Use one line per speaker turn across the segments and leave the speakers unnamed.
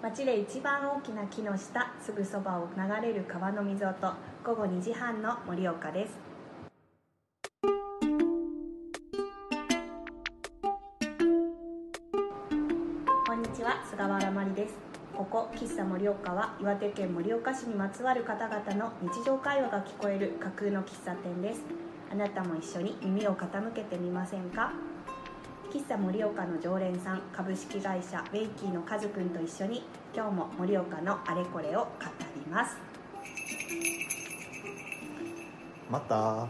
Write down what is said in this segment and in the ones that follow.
町で一番大きな木の下すぐそばを流れる川の水音午後2時半の盛岡ですこんにちは菅原真理ですここ喫茶盛岡は岩手県盛岡市にまつわる方々の日常会話が聞こえる架空の喫茶店ですあなたも一緒に耳を傾けてみませんか喫茶盛岡の常連さん株式会社ウェイキーのカズくんと一緒に今日も盛岡のあれこれを語ります
また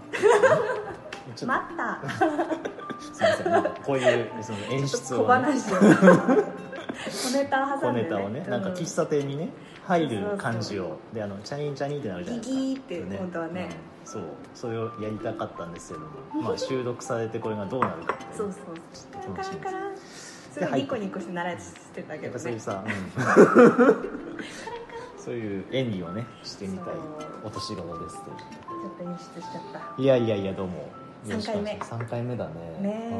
ちょっと、
また
すみませんなんかこういうその演出
小
を、ね、
話を小ネタを挟
小
んで、
ネ
ね、
タをね、なんか
うん
喫茶店にね入
そうそ
る
う
感じをであのチャリンチャリンってなるじゃないですか
ギギーって本当はね
うんそうそれをやりたかったんですけどもまあ収録されてこれがどうなるかってね
そうそう
ちょっ
カ
と楽
ラ
し
ン
みで
カ
す
ランすごいニコニコして鳴らしてたけ
やっ
ど
ぱそうい
ね
う さ、うんそういう演技をねしてみたい
そう
お年頃ですという
ちょっと演出しちゃった
いやいやいやどうも
三回目
3回目だね
ね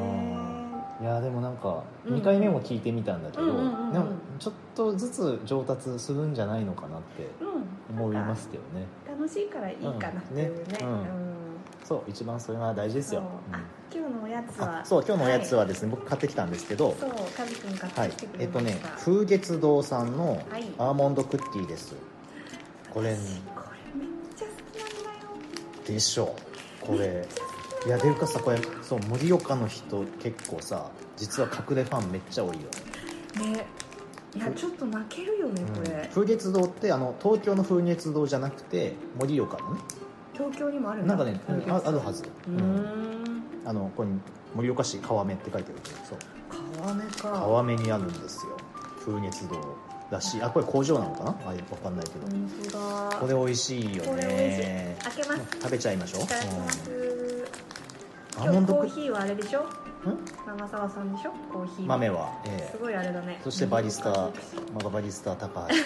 うんいやでもなんか
うん
2回目も聞いてみたんだけど、
うんうんうんうん
なんかちょっとずつ上達するんじゃないのかなって
えうん
思いますけどね
楽しいからいいかなっていうね,、
う
うんん
ねそう一番それが大事です
そう
ようん
あ今日のおやつ
あ
は
そう今日のおやつはですね、僕買ってきたんですけど
そうカズくん買っ
はい
てきてく
え
れ
っ
ま
と
した、
ね風月堂さんの
はい
アーモンドクッキーですこれ
私これめっちゃ好きなんだよ
でしょこれいやでいうかさこれそう盛岡の人結構さ実は隠れファンめっちゃ多いよね
ねいやちょっと泣けるよねこれ、
うん風月堂ってあの東京の風月堂じゃなくて盛岡のね
東京にもあるん
な
だ
んかね
風月
ああるはず、
うー
うん
ん
あのここに盛岡市川目って書いてあるけどそう
川目か
川目にあるんですよ風月堂らしいあこれ工場なのかなあ分かんないけど、
本当だ
これ美味しいよ
これ美味しい
ね
開けます
食べちゃいましょう
いただきます、
うんアーモ
今
ン
日
ド
コ
ク
ー
ッキ
ヒーはあれでしょ
ん
長澤さんでしょコーヒー
ー豆は、え
すごいあれだね
えそしてバリスタ
そ
ま
う
あバリスタ高橋
そう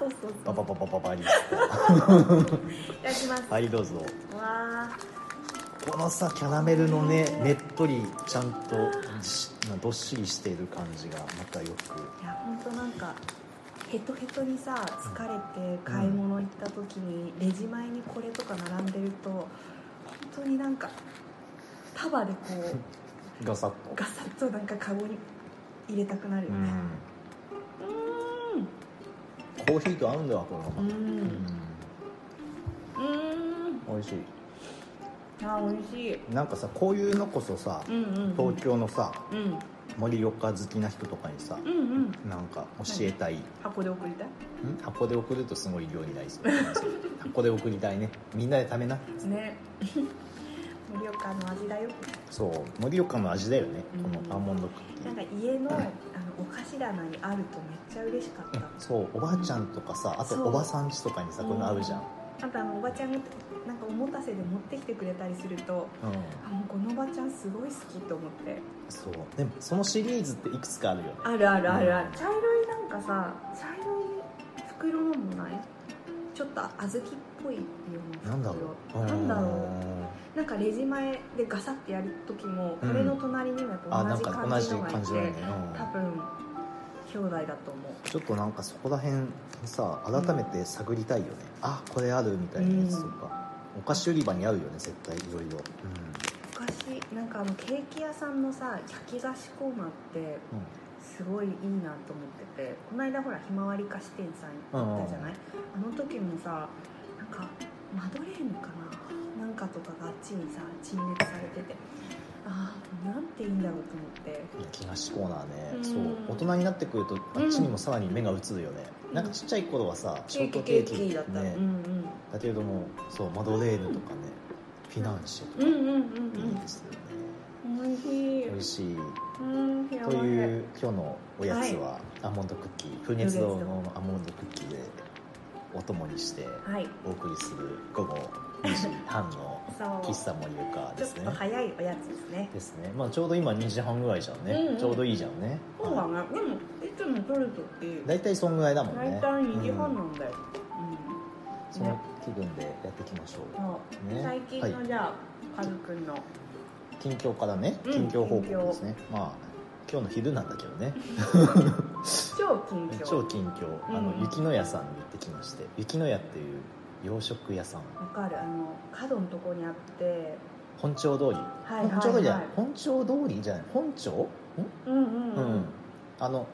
そう
ババババババリス
いただきます、
タはいどうぞ
わ
このさキャラメルのねねっとりちゃんとしどっしりしている感じがまたよく
ーいや本当なんかヘトヘトにさ疲れて買い物行った時にレジ前にこれとか並んでると本当になんか束でこう
ガサッ と
ガサッとなんかカゴに入れたくなる
う
よね
んコーヒーと合うんだわこれは
う
ま
ん
た
うんうん
美味し
あ美味しい
いなんかさこういうのこそさ
うんうんうん
東京のさ
うん
盛岡好きな人とかにさ
うんうん
なんか教えたいん
箱で送りたい
箱で送るとすごい量になりそう 箱で送りたいねみんなで食べな
ね 盛岡の味だよ
そう盛岡の味だよねこの
うん
アーモンドクッキー
なんか家のあのお菓子棚にあるとめっちゃ嬉しかった
そうおばあちゃんとかさあと
そう
おばさんちとかにさこういうの合うじゃん、
あとあのおばちゃんがなんかおもたせで持ってきてくれたりすると
うん
あもうこのおばちゃんすごい好きと思って
そうでもそのシリーズっていくつかあるよね
あるあるあるある、
うん
茶色いなんかさ茶色い袋のもないちょっと小豆っぽいような
なんだろう
なんだろうなんかレジ前でガサってやる時もこれの隣にもやっぱ
あな
同
ん
じ
か
感
同
じ
じ
のがい
感
て
じだよね、
多分兄弟だと思う
うん、ちょっとなんかそこら辺さ改めて探りたいよね、あこれあるみたいなやつとか、お菓子売り場にあるよね絶対いろいろ
昔なんかあのケーキ屋さんのさ焼き菓子コーナーってすごいいいなと思っててこの間ほらひまわり菓子店さん行ったじゃない、あの時もさなんかマドレーヌかななんかとかがあっちにさ陳列されててああなんていいんだろうと思って
うん気がしコーナーね、
うん
そう大人になってくるとあっちにもさらに目が移るよね、
うん
なんかちっちゃい頃はさショートケ
ケ
ー
ー
キ
キだった、
ね、
うんうん
だけれどもそうマドレーヌとかねフィナンシェと
うんうんうん
かいいですよね、
うん美味しい
美味しい
うんひまわ
と
り
いう今日のおやつはアーモンドクッキー風月堂
風月
のアーモンドクッキーでお供にして
はい
お送りする午後2時半の
そう
喫茶盛岡です
ちょっ
ね
と早いおやつですね
ですねまあちょうど今2時半ぐらいじゃんね、
うんうん
ちょうどいいじゃんね
そうだねでもいつも撮るとき
大体そんぐらいだもん
大
ね
体2時半
う
なんんだよ、う
その気分でやっていきましょ
んそう
ね
最近
は
の
い
じゃあ、カズくんの
近況からね
うん
近況報告ですね、まあ今日の昼なんだけどね
ちょ超近
ね
況
超近況、あ
う
の
ん
雪の屋さんに行ってきまして雪の屋っていう洋食屋さん
わかるあの角のとこにあって
本町通
は
り、
いはい
本町通りじゃ
は
ないい本町通りじゃない本町ん
うんうん
う、
うんん
あの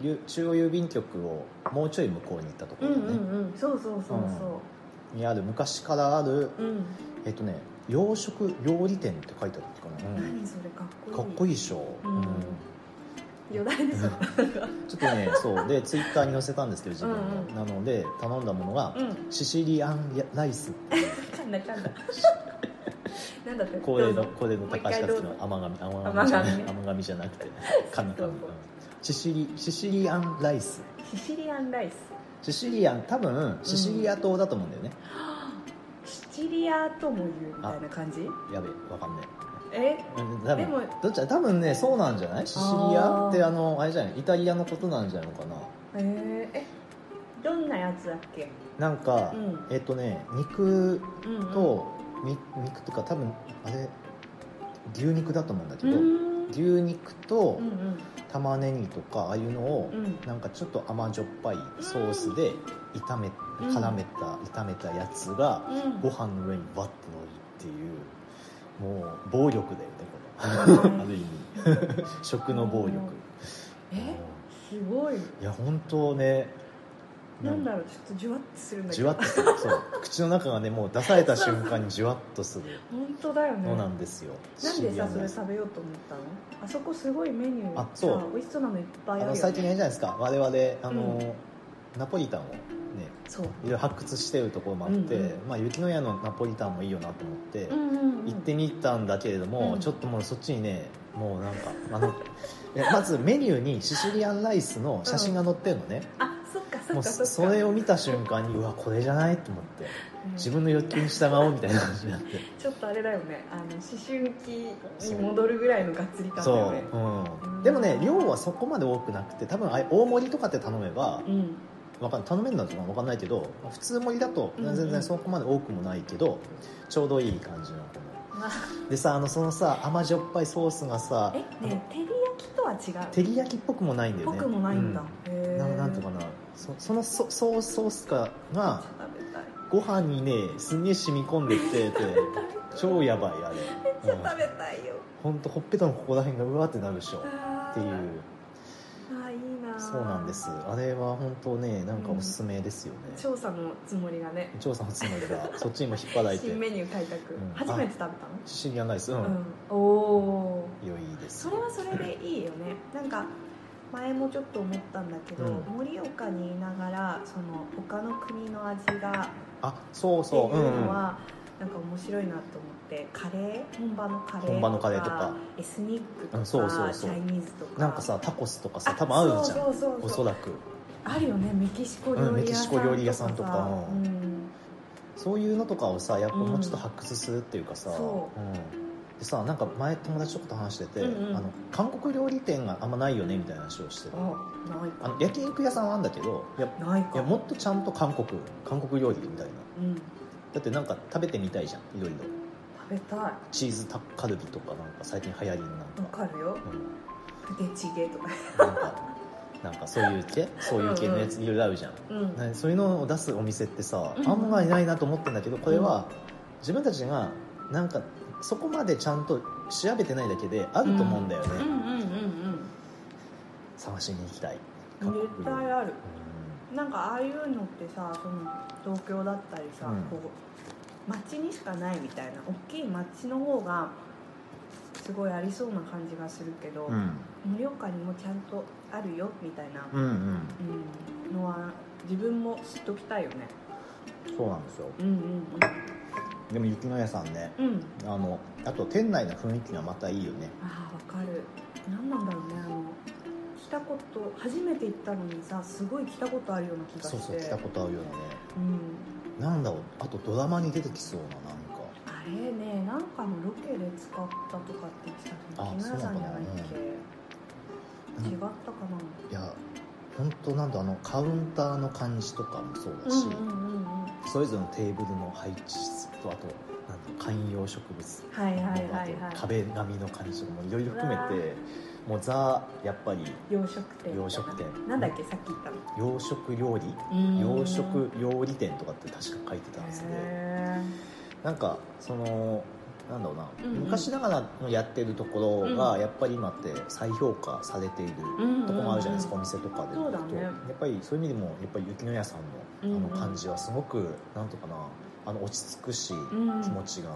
ゆ中央郵便局をもうちょい向こうに行ったとこ
うん
ろ
う
ね、
んうんそうそうそうそ
にある昔からある
ううん
えっとね洋食料理店って書いてあるのかな、うん
何それかっこいい
かっこいいでしょ、
うん余談でしょ
ちょっとねそうでツイッターに載せたんですけど自分の、
うんうん
なので頼んだものが、
うん
シシリアンライスっていう
噛んだ噛ん だなんだって
恒例
ど
の
うぞ
恒例の高橋克樹の甘神甘
甘
神じゃな
神
い
ね
甘神じゃなくて カミカミ
どうぞ
シシリシシリアンライス
シシリアンライス
シシリアン多分シシリア島だと思うんだよね、
シチリアとも言うみたいな感じ
やべえわかんない
え
うん多分
でも
どっちだ多分ねそうなんじゃないシシリ
あー
アってあのあれじゃないイタリアのことなんじゃないのかな
えー、えどんなやつだっけ
なんか、
うん
えっとね肉
うんうん
と、み肉とか多分あれ牛肉だと思うんだけ
う
ど、
ん
牛肉と
うんうん
玉ねぎとかああいうのを、
うん
なんかちょっと甘じょっぱいソースで炒め
うん
絡めた、炒めたやつが
うん
ご飯の上にバッて乗るっていうもう暴力だよねこ れある意味 食の暴力
えすごい
いや本当ね
なんだ
ろ
ろうちょっとじゅわってするんだけ
じゅ
ど
わっとするそう口の中がねもう出された瞬間にじゅわっとする
本当だよね
のなんですよ
なんで
シリア
さ
ン
そ
ラ
れ
イス
食べようと思ったのあそこすごいメニュー
あそう
さ美味しそうなのいっぱいある
あ
よ、
の
ね、
最近あれじゃないですか我々あの、ナポリタンをね
そう
いろいろ発掘してるところもあって、
うん
まあ、雪の屋のナポリタンもいいよなと思って、
うんうんうん
行ってみたんだけれども、
うん
ちょっともうそっちにねもうなんかあのいやまずメニューにシシリアンライスの写真が載ってるのね、
あそっかそっ
もう
かそっか
そそれを見た瞬間にうわこれじゃないと思って
うん
自分の欲求に従おうみたいな感じになって
ちょっとあれだよねあの思春期に戻るぐらいのがっつり感だよ
そ
ね
う、うん、でもね量はそこまで多くなくて多分あれ大盛りとかって頼めば
うん
わかん頼めるのかなわかんないけど普通盛りだと
うんうん
全然そこまで多くもないけど、ちょうどいい感じのこのでさあのそのさ甘じょっぱいソースがさ
え
あの
ねえ照り焼きとは違う
照り焼きっぽくもないんだよね
僕もないんだ、
う
へ
ん
え
ななんていうかなそそのソソソースかが
食べたい
ご飯にねすんげえ染み込んで ってて超やばいあれ
めっちゃ食べたいよ、
ほんとほっぺたのここら辺がうわってなるでしょ
あー
っていう
あーいいなー
そうなんですあれは本当ねなんかおすすめですよね、
調査のつもりがね
調査のつもりが そっちにも引っ張られて
新メニュー開拓、
うん
初めて食べたの
シシリアンライスうん、
うん、おお
良いです
それはそれでいいよ ねなんか前もちょっと思ったんだけど
うん
盛、岡にいながらその他の国の味が
あそう
っていう
そう、うん
の
うん、
は、なんか面白いなと思ってカレー本場のカレー
本場のカレーとか
エスニックとか、
うんそうそうそう
チャイニーズとか
なんかさタコスとか
あ
さ多分合うじゃん
そうそうそう
お
そ
そうらく
あるよねメキシコ料理屋さん,、
うんメキシコ料理屋さんとか
うん
そういうのとかをさやっぱ
うん
もうちょっと発掘するっていうかさ、
そ
んでさなんか前友達とこと話してて、
うんうん
あの韓国料理店があんまないよねみたいな話をしてて
あないか
あの焼肉屋さんはあるんだけどいや
ないか
いやもっとちゃんと韓国韓国料理みたいな
うん食
だってなんか食べてみたいじゃんいろいろ
べたいわ
チーズタッカルビとかなんか最近流行りのなんか、
かるよ
うん
プテチゲとか
なんかなんかそういう系そういう系のやついろいろあるじゃん
うん
ねそういうのを出すお店ってさ
うん
あんまりないなと思ってんだけどこれは自分たちがなんかそこまでちゃんと調べてないだけであると思うんだよね、
うんうんうん
探しに行きたい
うん絶対
うん
あるなんかああいうのってさその東京だったりさ、
うん
こう街にしかないみたいな大きい街の方がすごいありそうな感じがするけど
うん
盛、岡にもちゃんとあるよみたいな、
うんうん
うん、のは自分も知っときたいよね
そうなんですよ
うんうん
でも雪の屋さんね
うんうん
あのあと店内の雰囲気がまたいいよね
ああわかる何なんだろうねあの来たこと初めて行ったのにさすごい来たことあるような気がして
そうそう来たことあるようなね
うん
なんだろうあとドラマに出てきそうななんか
あれねなんかのロケで使ったとかって言ってたの
あ
木村さんじゃないっけ
そ
違
うな
った
の
かない
や本当なんだあのカウンターの感じとかもそうだし、
うんうんうんうんは
それぞれのテーブルの配置とあとなんだろう観葉植物
いはいはいはい
あと壁紙の感じとかもいろいろ含め
うわ
てもうザやっぱり
洋食店
洋食店
なんだっけさっき言ったの
洋食料理
うん
洋食料理店とかって確か書いてたはずで、
へ
なんかそのなんだろうな、
うんうん
昔ながらのやってるところ
う
が
ん
やっぱり今って再評価されている
ーうんうんうん
とこもあるじゃないですか、お店とかで
そうだ
行くと
ね
やっぱりそういう意味でもやっぱり雪の屋さんの
う
あ
ん
の
うん
感じはすごく、なんとかなあの落ち着くし、
うん
気持ちが。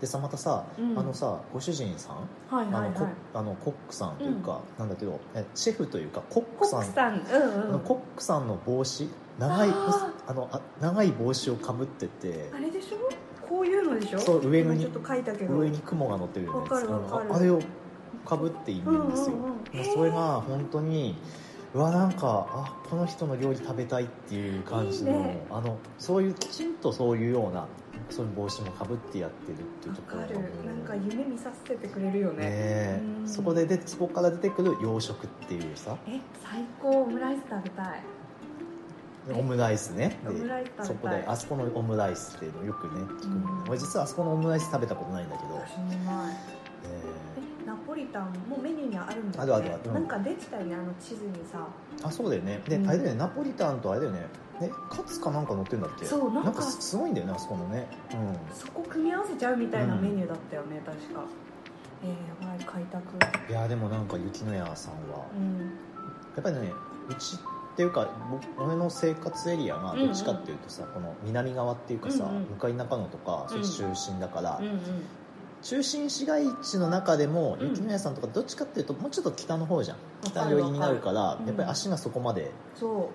でさまたさ、
うん
あのさご主人さん、
はいはいはい
あのコあのコックさんというか、なんだけどえシェフというかコッ
コ
クさ
ッ
ん
クさんうん
あ
う
の
ん
コックさんの帽子長い
あー
あのあ長い帽子をかぶってて
あれでしょこういうのでしょ
そう上に
今ちょっと書いたけど
上に雲が乗ってるよね
わかるわかる
ああれをかぶっているんですよ、
うんうんうん
もうそれが本当にうわなんかあこの人の料理食べたいっていう感じの
いいね
あのそういうきちんとそういうようなそういう帽子もかぶってやってるっていう
わ
とこ
か
ろ
る
がもう
なんか
ね
夢見させてくれるよね
え
うん
そこででそこから出てくる洋食っていうさ
え最高オムライス食べたいえ
オムライスねで
オムライス食
そ
べ
こ
たい
であそこのオムライスっていうのをよくね聞くんだよね
うん
俺実はあそこのオムライス食べたことないんだけど、
私もない
え
えナポリタンもメニューにあるんだ
あるあるある
なんかできたよねあの地図にさ
ーあそうだよねで、
うん
あれだよねナポリタンとあれだよねねカツかなんか乗ってるんだっけ
そうなんか
すごいんだよねあそこのねうん
そこ組み合わせちゃうみたいな
うん
メニューだったよね、確かえー、やばい開拓
いやでもなんか雪の屋さんは
うん
やっぱりねうちっていうか僕俺の生活エリアがどっちかっていうとさ、この南側っていうかさ、
うんうん
向かい中野とかそういう中心だから、
うんうん
中心市街地の中でも
うん
雪の屋さんとかどっちかっていうともうちょっと北の方じゃん北寄りになるから
かる
やっぱり足がそこまで
そ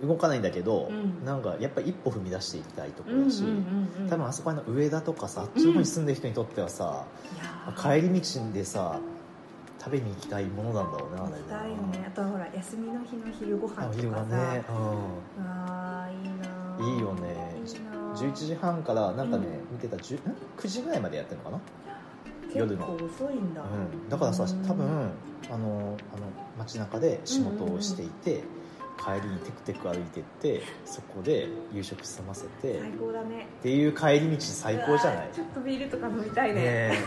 動かないんだけど、
うん
なんかやっぱり一歩踏み出していきたいとこ
ううん
ろ
うん
だし、
うんうん
多分あそこら辺の上田とかさあっちの方に住んでる人にとってはさ、
いやー
帰り道でさ食べに行きたいものなんだろうな
行きたいねあとはほら休みの日の昼ご
あ
飯
れは
と
昼
か
間
さ、
ね、う
あーいいなー
いいよね
いいなー
ん、11時半からなんかね、
う
見てた10ん9時ぐらいまでやってるのかな
結
夜
構
の
遅いんだ、
うん、だからさ
うん
多分あのあの街中で仕事をしていて、帰りにテクテク歩いてってそこで夕食済ませて
最
っ
高だね
ていう帰り道最高じゃな
う
い
わーちょっとビールとか飲みたいね
ね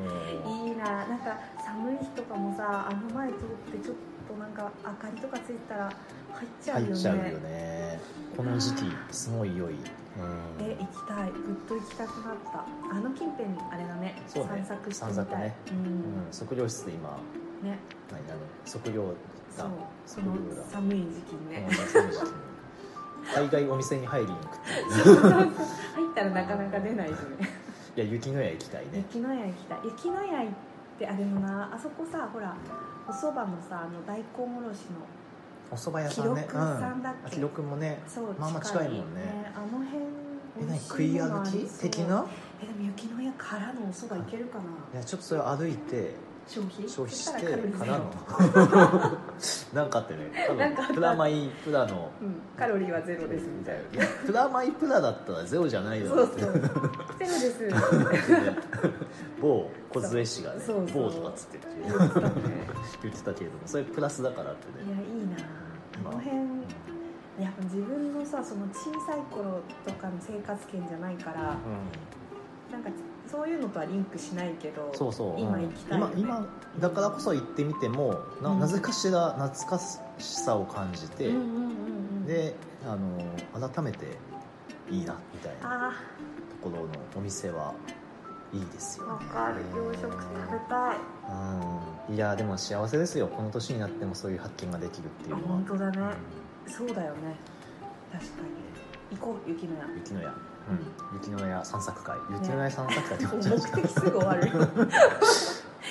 えね
いいななんか寒い日とかもさあの前通ってちょっとなんか明かりとかついてたら入っ
え
ちゃうよ
入
ね
っちゃうよねこの時期すごい良い、うん、
え行きたいぐっと行きたくなったあの近辺あれだね
そう
散
ね
策してみ
散
た
策
い、
ね
うん、
うん、測量室で今
ね
何あの測量
そ
だ
う
そ
そうの
だ
寒い時期に
うん
ね、
そうですね大概お店に入りに行くっていう
入ったらなかなか出ないしね
いや雪の屋行きたいね
雪の屋行きたい雪の屋行ってあでもなあそこさほらおそばのさあの大根おろしの
お蕎麦屋さんね
記録さんだっ
う
け
ん、記録もね
そう
まあまあ近いもんね
あの辺
え
美
何
味し
食い
もの
歩
あり
き
そう
的な
えでも雪の家からのおそばいけるかない
やちょっとそれ歩いて
消費
消費し
そ
て
たらカロリー
か
ゼ
ら
ロ
の なんかあってね多
なんかあっ
分
た
プラマイプラの
うんカロリーはゼロですみ
み
た
た
い
い
な
ないやプラマイプラだったらゼロじゃないだ
そ
ろ
うそうゼロ です
某梢市がね
そうそう
某とかっつって
言ってたね
言ってたけれどもそれプラスだからって
い
ね
やいいなあの辺やっぱ自分のさその小さい頃とかの生活圏じゃないからなんかそういうのとはリンクしないけど
うん、そうそう
今行きたいよね
今今だからこそ行ってみてもな
うん
なぜかしら懐かしさを感じて、
うんうんうんうん
であの改めていいなみたいな
あ
ところのお店はいいです
ー
よ
わ
ね
かる洋食食べたい
うんいやでも幸せですよこの年になってもそういう発見ができるっていう
あ
のは
本当だね
う
そうだよね確かに行こう雪の 屋
ん雪の屋、うん、雪の屋散策会雪の屋散策会って
も
こ
う 目
とじゃないですか
的すぐ終 わる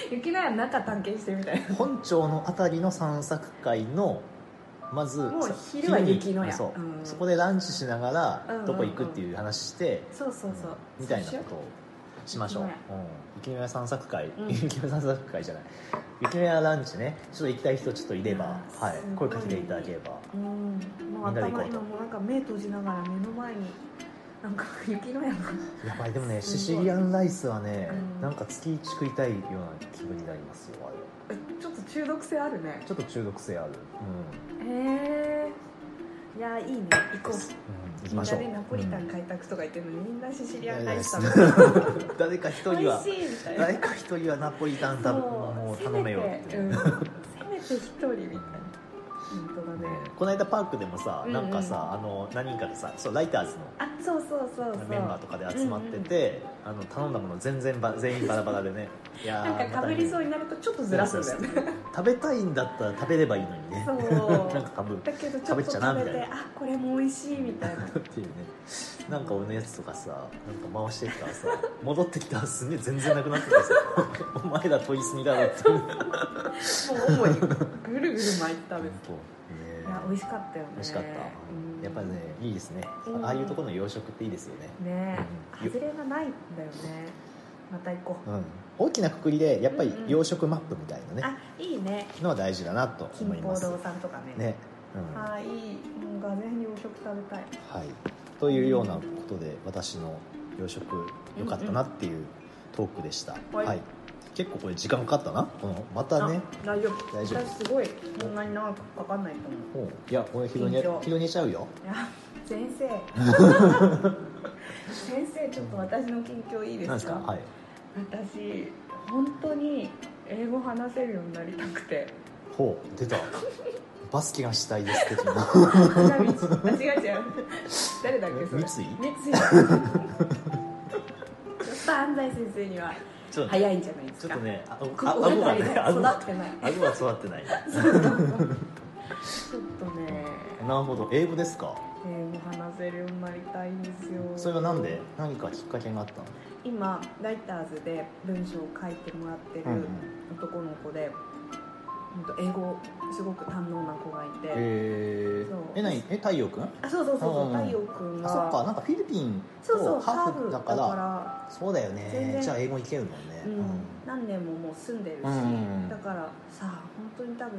雪乃屋の中探検してみたい
本町のあたりの散策会のまず
もう
さ
昼は
に
雪の屋
そう
うん
そこでランチしなが
うんうんう
ら
ん
どこ行くっていう話して、
そうそうそう
みたいなことをしましょう、うん
雪、
雪の屋散策会、
うん
雪の屋散策会じゃない雪の屋ランチねちょっと行きたい人ちょっといれば、
あー
はい
すごい
声かけていただければ
うんもう
みんなで行こ
頭
うと
今もうなんか目閉じながら目の前になんか雪の屋の
やばいでもね
すご
シ
い
シリアンライスはね、
うん
なんか月一食いたいような気分になりますよあれ
えちょっと中毒性あるね
ちょっと中毒性ある
へえいやいいね行こう
うん、うん、行き
みん
まし
な
ょう
でナポリタ
う
ン
ん
開拓とか言ってるのにみんなシシ
い
リア
や
ン
い
ラ
や
イス食べて
誰か一
美
人は
味しいみたいな
誰か一人はナポリタン食べ
そう
もう頼めよって
せめて、うん、せめて一人みたいな本当だね
ねこの間パークでもさ
うんうん
なんかさ、あの何人かでさそうライターズ
あそうそうそうそ
の
う
メンバーとかで集まってて、あの頼んだもの全然ば 全員バラバラでねいや
なんかかぶりそうになるとちょっとずらすんだよね
ね食べたいんだったら食べればいいのにね
そう
なんかかぶっ
だけどちょっと食べ
食べ
て
ちゃなみたい
あこれも美味しいみた いな
ていうねなんか俺のやつとかさなんか回してった らさ戻ってきたらすげえ全然なくなっててさ お前ら問いすぎだろって思 う
もう主にぐるぐる巻いて食べていや美味
ね
しかったよね
美味しかった、
うん
やっぱねいいですね、
うん
ああいうところの洋食っていいですよね
ねえ
うん
外れがないんだよねまた行こう
うん、大きなくくりでやっぱり
うんうん
洋食マップみたいなね、
あいいね
のは大事だなと
金
思いま
峰
す
堂さんとかね
ね、うんは
あいいもうがぜに洋食食べたい
い、というようなことで私の洋食良かったなっていうトークでした、
はい
はい、結構これ時間かかったなこのまたね
あ大丈夫
大丈夫
私すごいこんなに長くかかんないと思う
もういやこれ広げ
緊張
広げちゃうよ
いや先 生先生ちょっと私の近況いいです
な
か
んですかはい
私本当に英語話せるようになりたく て
ほう 出たバスケがしたいです的な
花道間違えちゃう誰だっけそれ
三井
三井やっぱ安西先生には
ちょっとね
早いんじゃないです
ちょ
か
っとねあ
こ
あ
こが
顎が
足りない
ね
育
顎が
ってない
顎が育ってないね
ちょっとね
なるほど英語ですか
英語話せるようになりたいんですよ
それはなんで何かきっかけがあったの
今ライターズで文章を書いてもらってる
うんうん
男の子で、ほんと英語すごく堪能な子がいて、
え
そう
え何え太陽君
あそうそうそうそう、
うんうん
太陽くん
あ
が
そっかなんかフィリピン
そうそ
と
う
ハ
ハ
ー
ー
フ
フ
だ
だ
か
からら、
そうだよ
全
ね
然
じゃあ英語いけるもんね
うん
う
何年ももう住んでるし、
んうん
だからさ本当に多分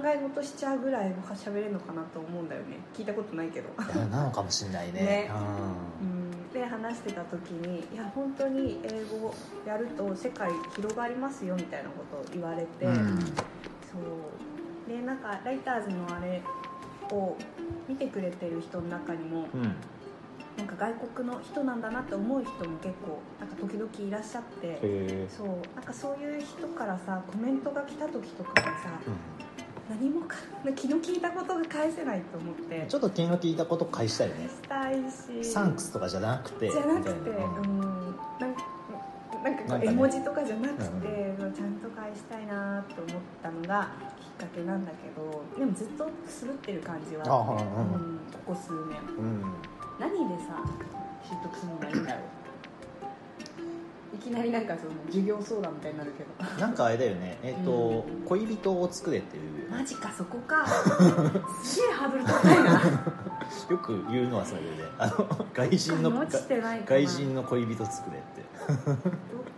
考え事しちゃうぐらい英語が喋れるのかなと思うんだよね聞いたことないけど、
いやなのかもしれないね
ね
う
うんん、で話してた時にいや本当に英語やると世界広がりますよみたいなことを言われて、
うん
そうでなんかライターズのあれを見てくれてる人の中にも
うん
なんか外国の人なんだなって思う人も結構なんか時々いらっしゃって
へ
そうなんかそういう人からさコメントが来た時とかもさ何もか気の利いたことが返せないと思って
えちょっと気の利いたこと返したいね
したいし
サンクスとかじゃなくて
じゃなくて、
みたい
うん、なんなん
な
か
ん
こ
か
う
ね
絵文字とかじゃなくて、
うん
ちゃんと返したいなと思ったのがきっかけなんだけどでもずっとくすぶってる感じはあって
あはいはい
うんここ数年
うん
何でさ習得するのがいいんだろういきなりなんかその授業相談みたいになる けど
なんかあれだよねえっと
う
恋人を作れっていう
マジかそこ かすげえハードル高いな
よく言うのはそれであ の外人の
落ちてないかな
外人の恋人作れって
どっ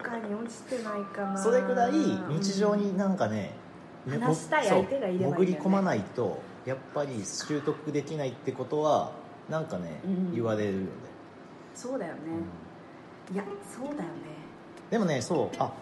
かに落ちてないかな
それぐらい日常になんかね、
うん
ね
話したい相手がいればいいんだよね
そう潜り込まないとやっぱり習得できないってことはなんかね、
うん
言われるよね、
そうだよね、いやそうだよね
でもねそうあ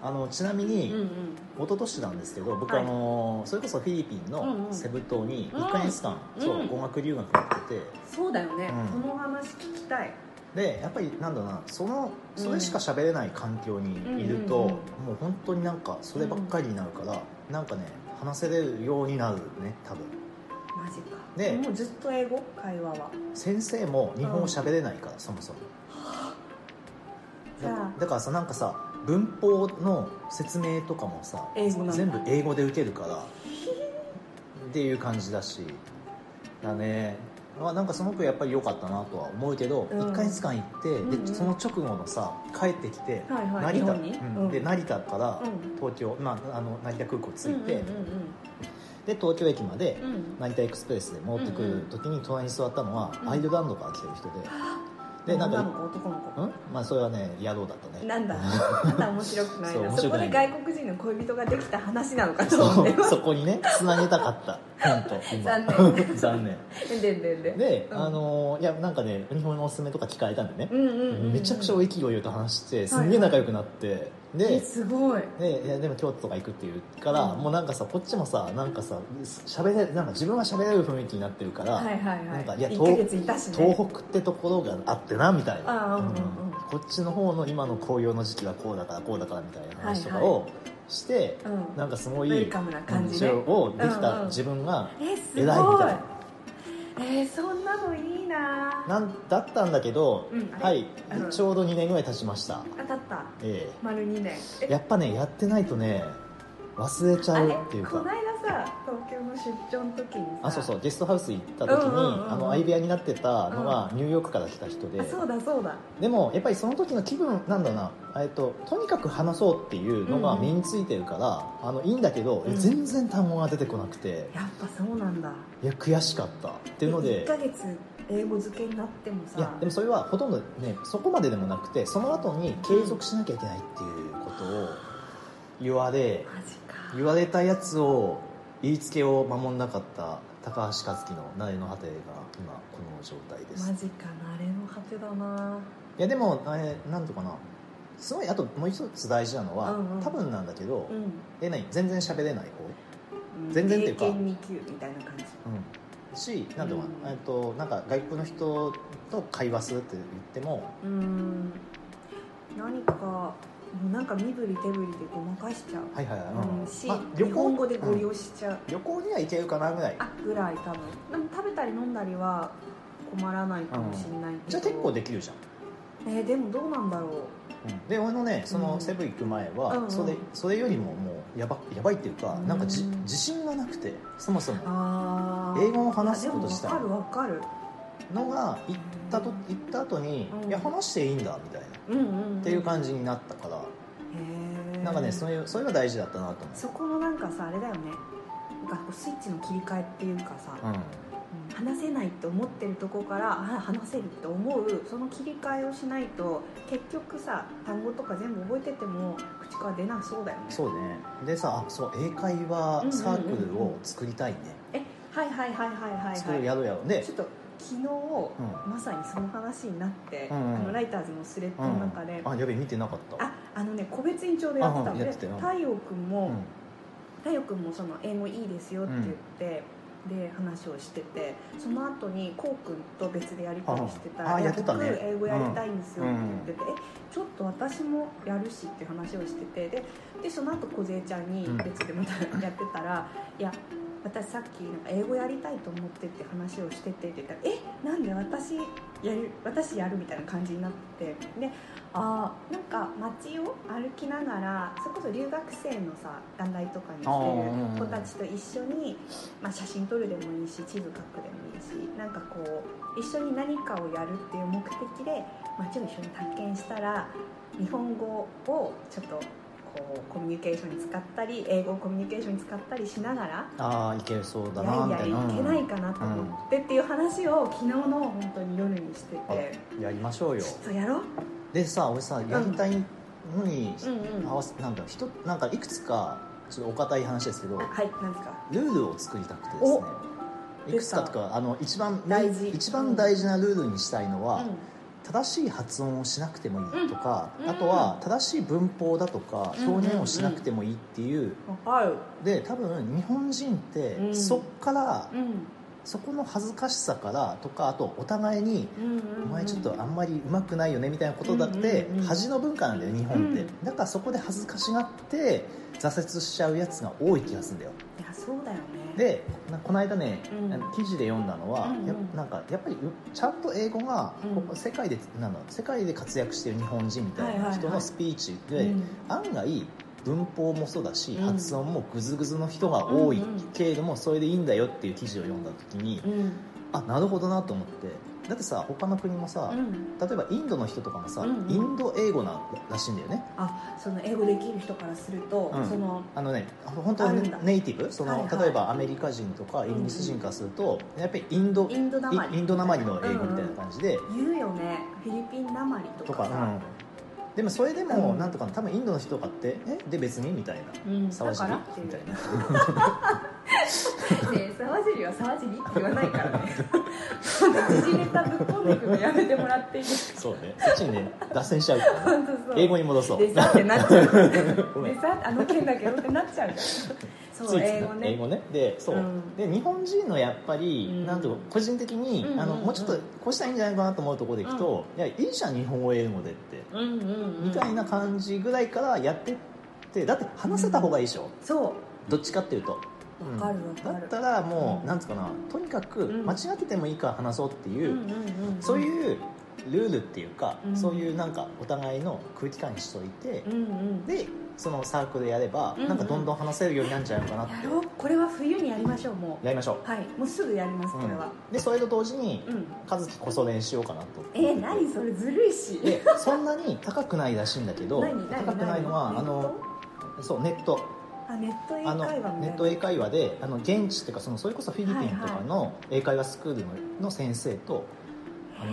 あのちなみに、
うん
一昨年なんですけど僕、
はい
あのそれこそフィリピン
うんう
の
ん
セブ島に1か月間、
うん
そううん語学留学やってて
そうだよね、
うん
この話聞きたい
でやっぱりなんだろうなそのそれしか喋れない環境にいると、
うんうんうん
もう本当になんかそればっかりになるから、なんかね話せれるようになるね多分
マジか
ね
もうずっと英語会話は
先生も日本語喋れないから、そもそも
じゃあ
だだからさなんかさ文法の説明とかもさ
英語なんだ
全部英語で受けるからっていう感じだしだねまあ、なんかすごくやっぱり良かったなとは思うけど、
うん
1か月間行って、
うんうん
でその直後のさ帰ってきて、
はいはい
成
日
田、
本に
うん
うん
で成田から
うん
東京、まあ、あの成田空港着いて、
うん
で東京駅まで
うんうんうん
成田エクスプレスで戻ってくる時に隣に座ったのは
うん
アイルランドから来てる人で、でなん
女
か
の子男の子
うんまあそれはね野郎だったね
なんだなんだ面白くないな
そう面
そ
白く
こ
ない
で外国人の恋人ができた話なのかと思
そ
って
う そこにねつなげたかった本当
残
念 残念
でんでんでん
で、
うん
あのーいやなんかね日本のおすすめとか聞かれたんでね
う、んうんうん
めちゃくちゃ意気揚々と話してすんげえ仲良くなって、
え
です
ごい
でいやでも京都とか行くって言うから、
うん
もうなんかさこっちもさなんかさ喋れなんか自分は喋れる雰囲気になってるから、
はいはいはい
なんかいや
1ヶ月いたしね
東北ってところがあってなみたいな、
あーうんうんうん
こっちの方の今の紅葉の時期はこうだからこうだからみたいな話とかを、して、
うん
なんかすご
ウェ
い
ルカムな感じね
うんをでき
うんう
た
ん
自分が
えすごい
偉いみたいな、
えーそんなのいいな
なんだったんだけど、
うんあれ
はい
うん
ちょうど2年ぐらい経ちました、
当たった
え
丸2年
えやっぱねやってないとね忘れちゃうっていう
あれこ
か
ないださ東京の出張の時にさ
あそうそうゲストハウス行った時に、
うんうんうんうん
あの相部屋になってたのがニューヨークから来た人で、
あそうだそうだ
でもやっぱりその時の気分なんだろうな、えっと、とにかく話そうっていうのが身についてるから、あのいいんだけど、
うん
全然単語が出てこなくて
やっぱそうなんだっ
いや悔しかったっていうので
1ヶ月英語漬けになってもさ
いやでもそれはほとんどねそこまででもなくてその後に継続しなきゃいけないっていうことを言われ
マジか
言われたやつを言いつけを守んなかった高橋克樹の「苗の果て」が今この状態です
マジか慣れの果てだない
やでもあれなんとかなすごいあともう一つ大事なのは、
うんうん
多分なんだけど、
う
え何全然喋れない方、
ん
全然っていうか
英検2級みたいな感じ
うん、しなんていうのかな、
うん
えっとなんか外国の人と会話するって言っても
うーん何かもうなんか身振り手振りでごまかしちゃう、
はいはいはい、
うん、し、
まあ
日本語でご
う
利
ん
用しちゃう、
旅行には行けるかなぐらい
あぐらい多分でも食べたり飲んだりは困らないかもしれないけど、
じゃあ結構できるじゃん、
えーでもどうなんだろう
うんで俺のねそうの
ん
セブン行く前は、
うんうん
それそれよりももうやばやばいっていうか、
うん
なんかじ自信がなくてそもそも
あー
英語を話すことしたい
いやでもわかるわか
のが行ったと行った後に、
うん
いや話していいんだみたいな、
るうんうん、うん、
っていう
じ
感じになったから、
へー
なんかねそういうそれが大事だったなと思
そこのなんかさあれだよねなんかこうスイッチの切り替えっていうかさ、
う、うん
うん話せないと思ってるとこからあ話せるって思うその切り替えをしないと結局さ単語とか全部覚えてても口から出なそうだよね
そうねでさあそう英会話サークルを作りたいね、
えはいはいはいはい
作る
はい
や
は
ろうやろう
い
で
ちょっと昨日、
う
まさにその話になって、
うんうん
あのライターズのスレッドの中で、
あやべえ見てなかった
ああのね個別にちょうどやってた
あうんん
で
やってたよ
太陽君
う
も、
ん
太陽君もその英語いいですよって言って、で話をしててその後にこう君と別でやり取りしてた
ああ
いや
やってたね
僕英語やりたいんですよって言ってて、えちょっと私もやるしっていう話をしててででその後梢ちゃんに
うん
別でまたやってたら、いや私さっきなんか英語やりたいと思ってって話をしててって言ったら「えなんで私やる私やる」みたいな感じになってであーなんか街を歩きながらそれこそ留学生のさ団体とかに来て
あーうんうん
る子たちと一緒に、まあ、写真撮るでもいいし地図書くでもいいしなんかこう一緒に何かをやるっていう目的で街を一緒に探検したら日本語をちょっとこうコミュニケーションに使ったり英語をコミュニケーションに使ったりしながら。
あーいけそうだ
いや
ないみ
や
たい
い
な
けないかなと思ってっていう話を昨日の本当に夜にしてて
うんやりましょうよ
ちょっとやろう
でさ俺さやりたいのに
うんうん
合わせなんか人なんかいくつかちょっとお堅い話ですけど
あはいなんですか
ルールを作りたくてですねいくつかとかあの一番
大事
一番大事なルールにしたいのは、
うん
正しい発音をしなくてもいいとか、
うん
あとは正しい文法だとか
うん
表現をしなくてもいいっていう、
わかる
で多分日本人っ
う
て
ん
そっから、
うん
そこの恥ずかしさからとかあとお互いに
うんうんうん
お前ちょっとあんまりうまくないよねみたいなことだって
うんうんうん
恥の文化なんだよ日本って、
うん
だからそこで恥ずかしがって挫折しちゃうやつが多い気がするんだよ
いやそうだよね
でなこの間ね、
うん
あの記事で読んだのは、
うんうん
やっぱなんかやっぱりうちゃんと英語が、
うん
ここ世界でなんだろう世界で活躍してる日本人みたい
はいはい
な
はい
人のスピーチで、
うん
案外文法もそうだし、
うん
発音もグズグズの人が多い
うんうん
けれども、それでいいんだよっていう記事を読んだ時に、
うん
あなるほどなと思ってだってさ他の国もさ、
うん
例えばインドの人とかもさ、
うんうん
インド英語ならしいんだよね
あその英語できる人からすると、
うん
その
あのね本
あ
当
るん
に
だ
ネイティブその、
はいはい
例えばアメリカ人とかイギリス人からすると、やっぱりインド
インドなまり
インドなまりの英語みたいな感じで、
言うよねフィリピンなまりと
と
か
か、
さ、
うんでもそれで
う
も
ん
なんとか多分インドの人とかって「えで別に?」みたいな
うん
「
だか
沢尻
らって」いう
みたい
ね
な
沢尻は沢尻って言わないからねそんな時事ネタぶっ込んでくのやめてもらっていいですか
そうねそっち にね脱線しちゃうからね
本当そう
英語に戻そう
でさってなっちゃう
ごめん
でさあの件だけどってなっちゃうからそう
ついつい
英語ね
英語ねでそう、
うん
で日本人のやっぱり、
うん
なんていうか個人的に、
うんうんうん
あのもうちょっとこうしたらいいんじゃないかなと思うところでいくと、いやいいじゃん日本語英語でって、
うんうんうん
みたいな感じぐらいからやってってってだって話せた方がいいでしょ、
そ
どっちかっていうと
うわかるわ
だ
かる
ったらも
う
うんなんつうかなとにかく
うん
間違っててもいいから話そうっていうう、
んうんうん
そういうルールっていうか、
うん
そういうなんかお互いの空気感にしといて
う、んうん
でそのサークルでやれば、
うんうん
なんかどんどん話せるようになるんじゃないかなって
やろうこれは冬にやりましょうも
やりましょう
うはいもうすぐやりますこれは
でそれと同時に
うん、
和樹こそ練しようかなと
えー、何それずるいし
でそんなに高くないらしいんだけど
何何
高くないのはあのそうネット
あネット英
あ
会
の
話みたいな
ネット英会話であの現地っていうかそのそれこそフィリピンとかの英会話スクールのの先生とあの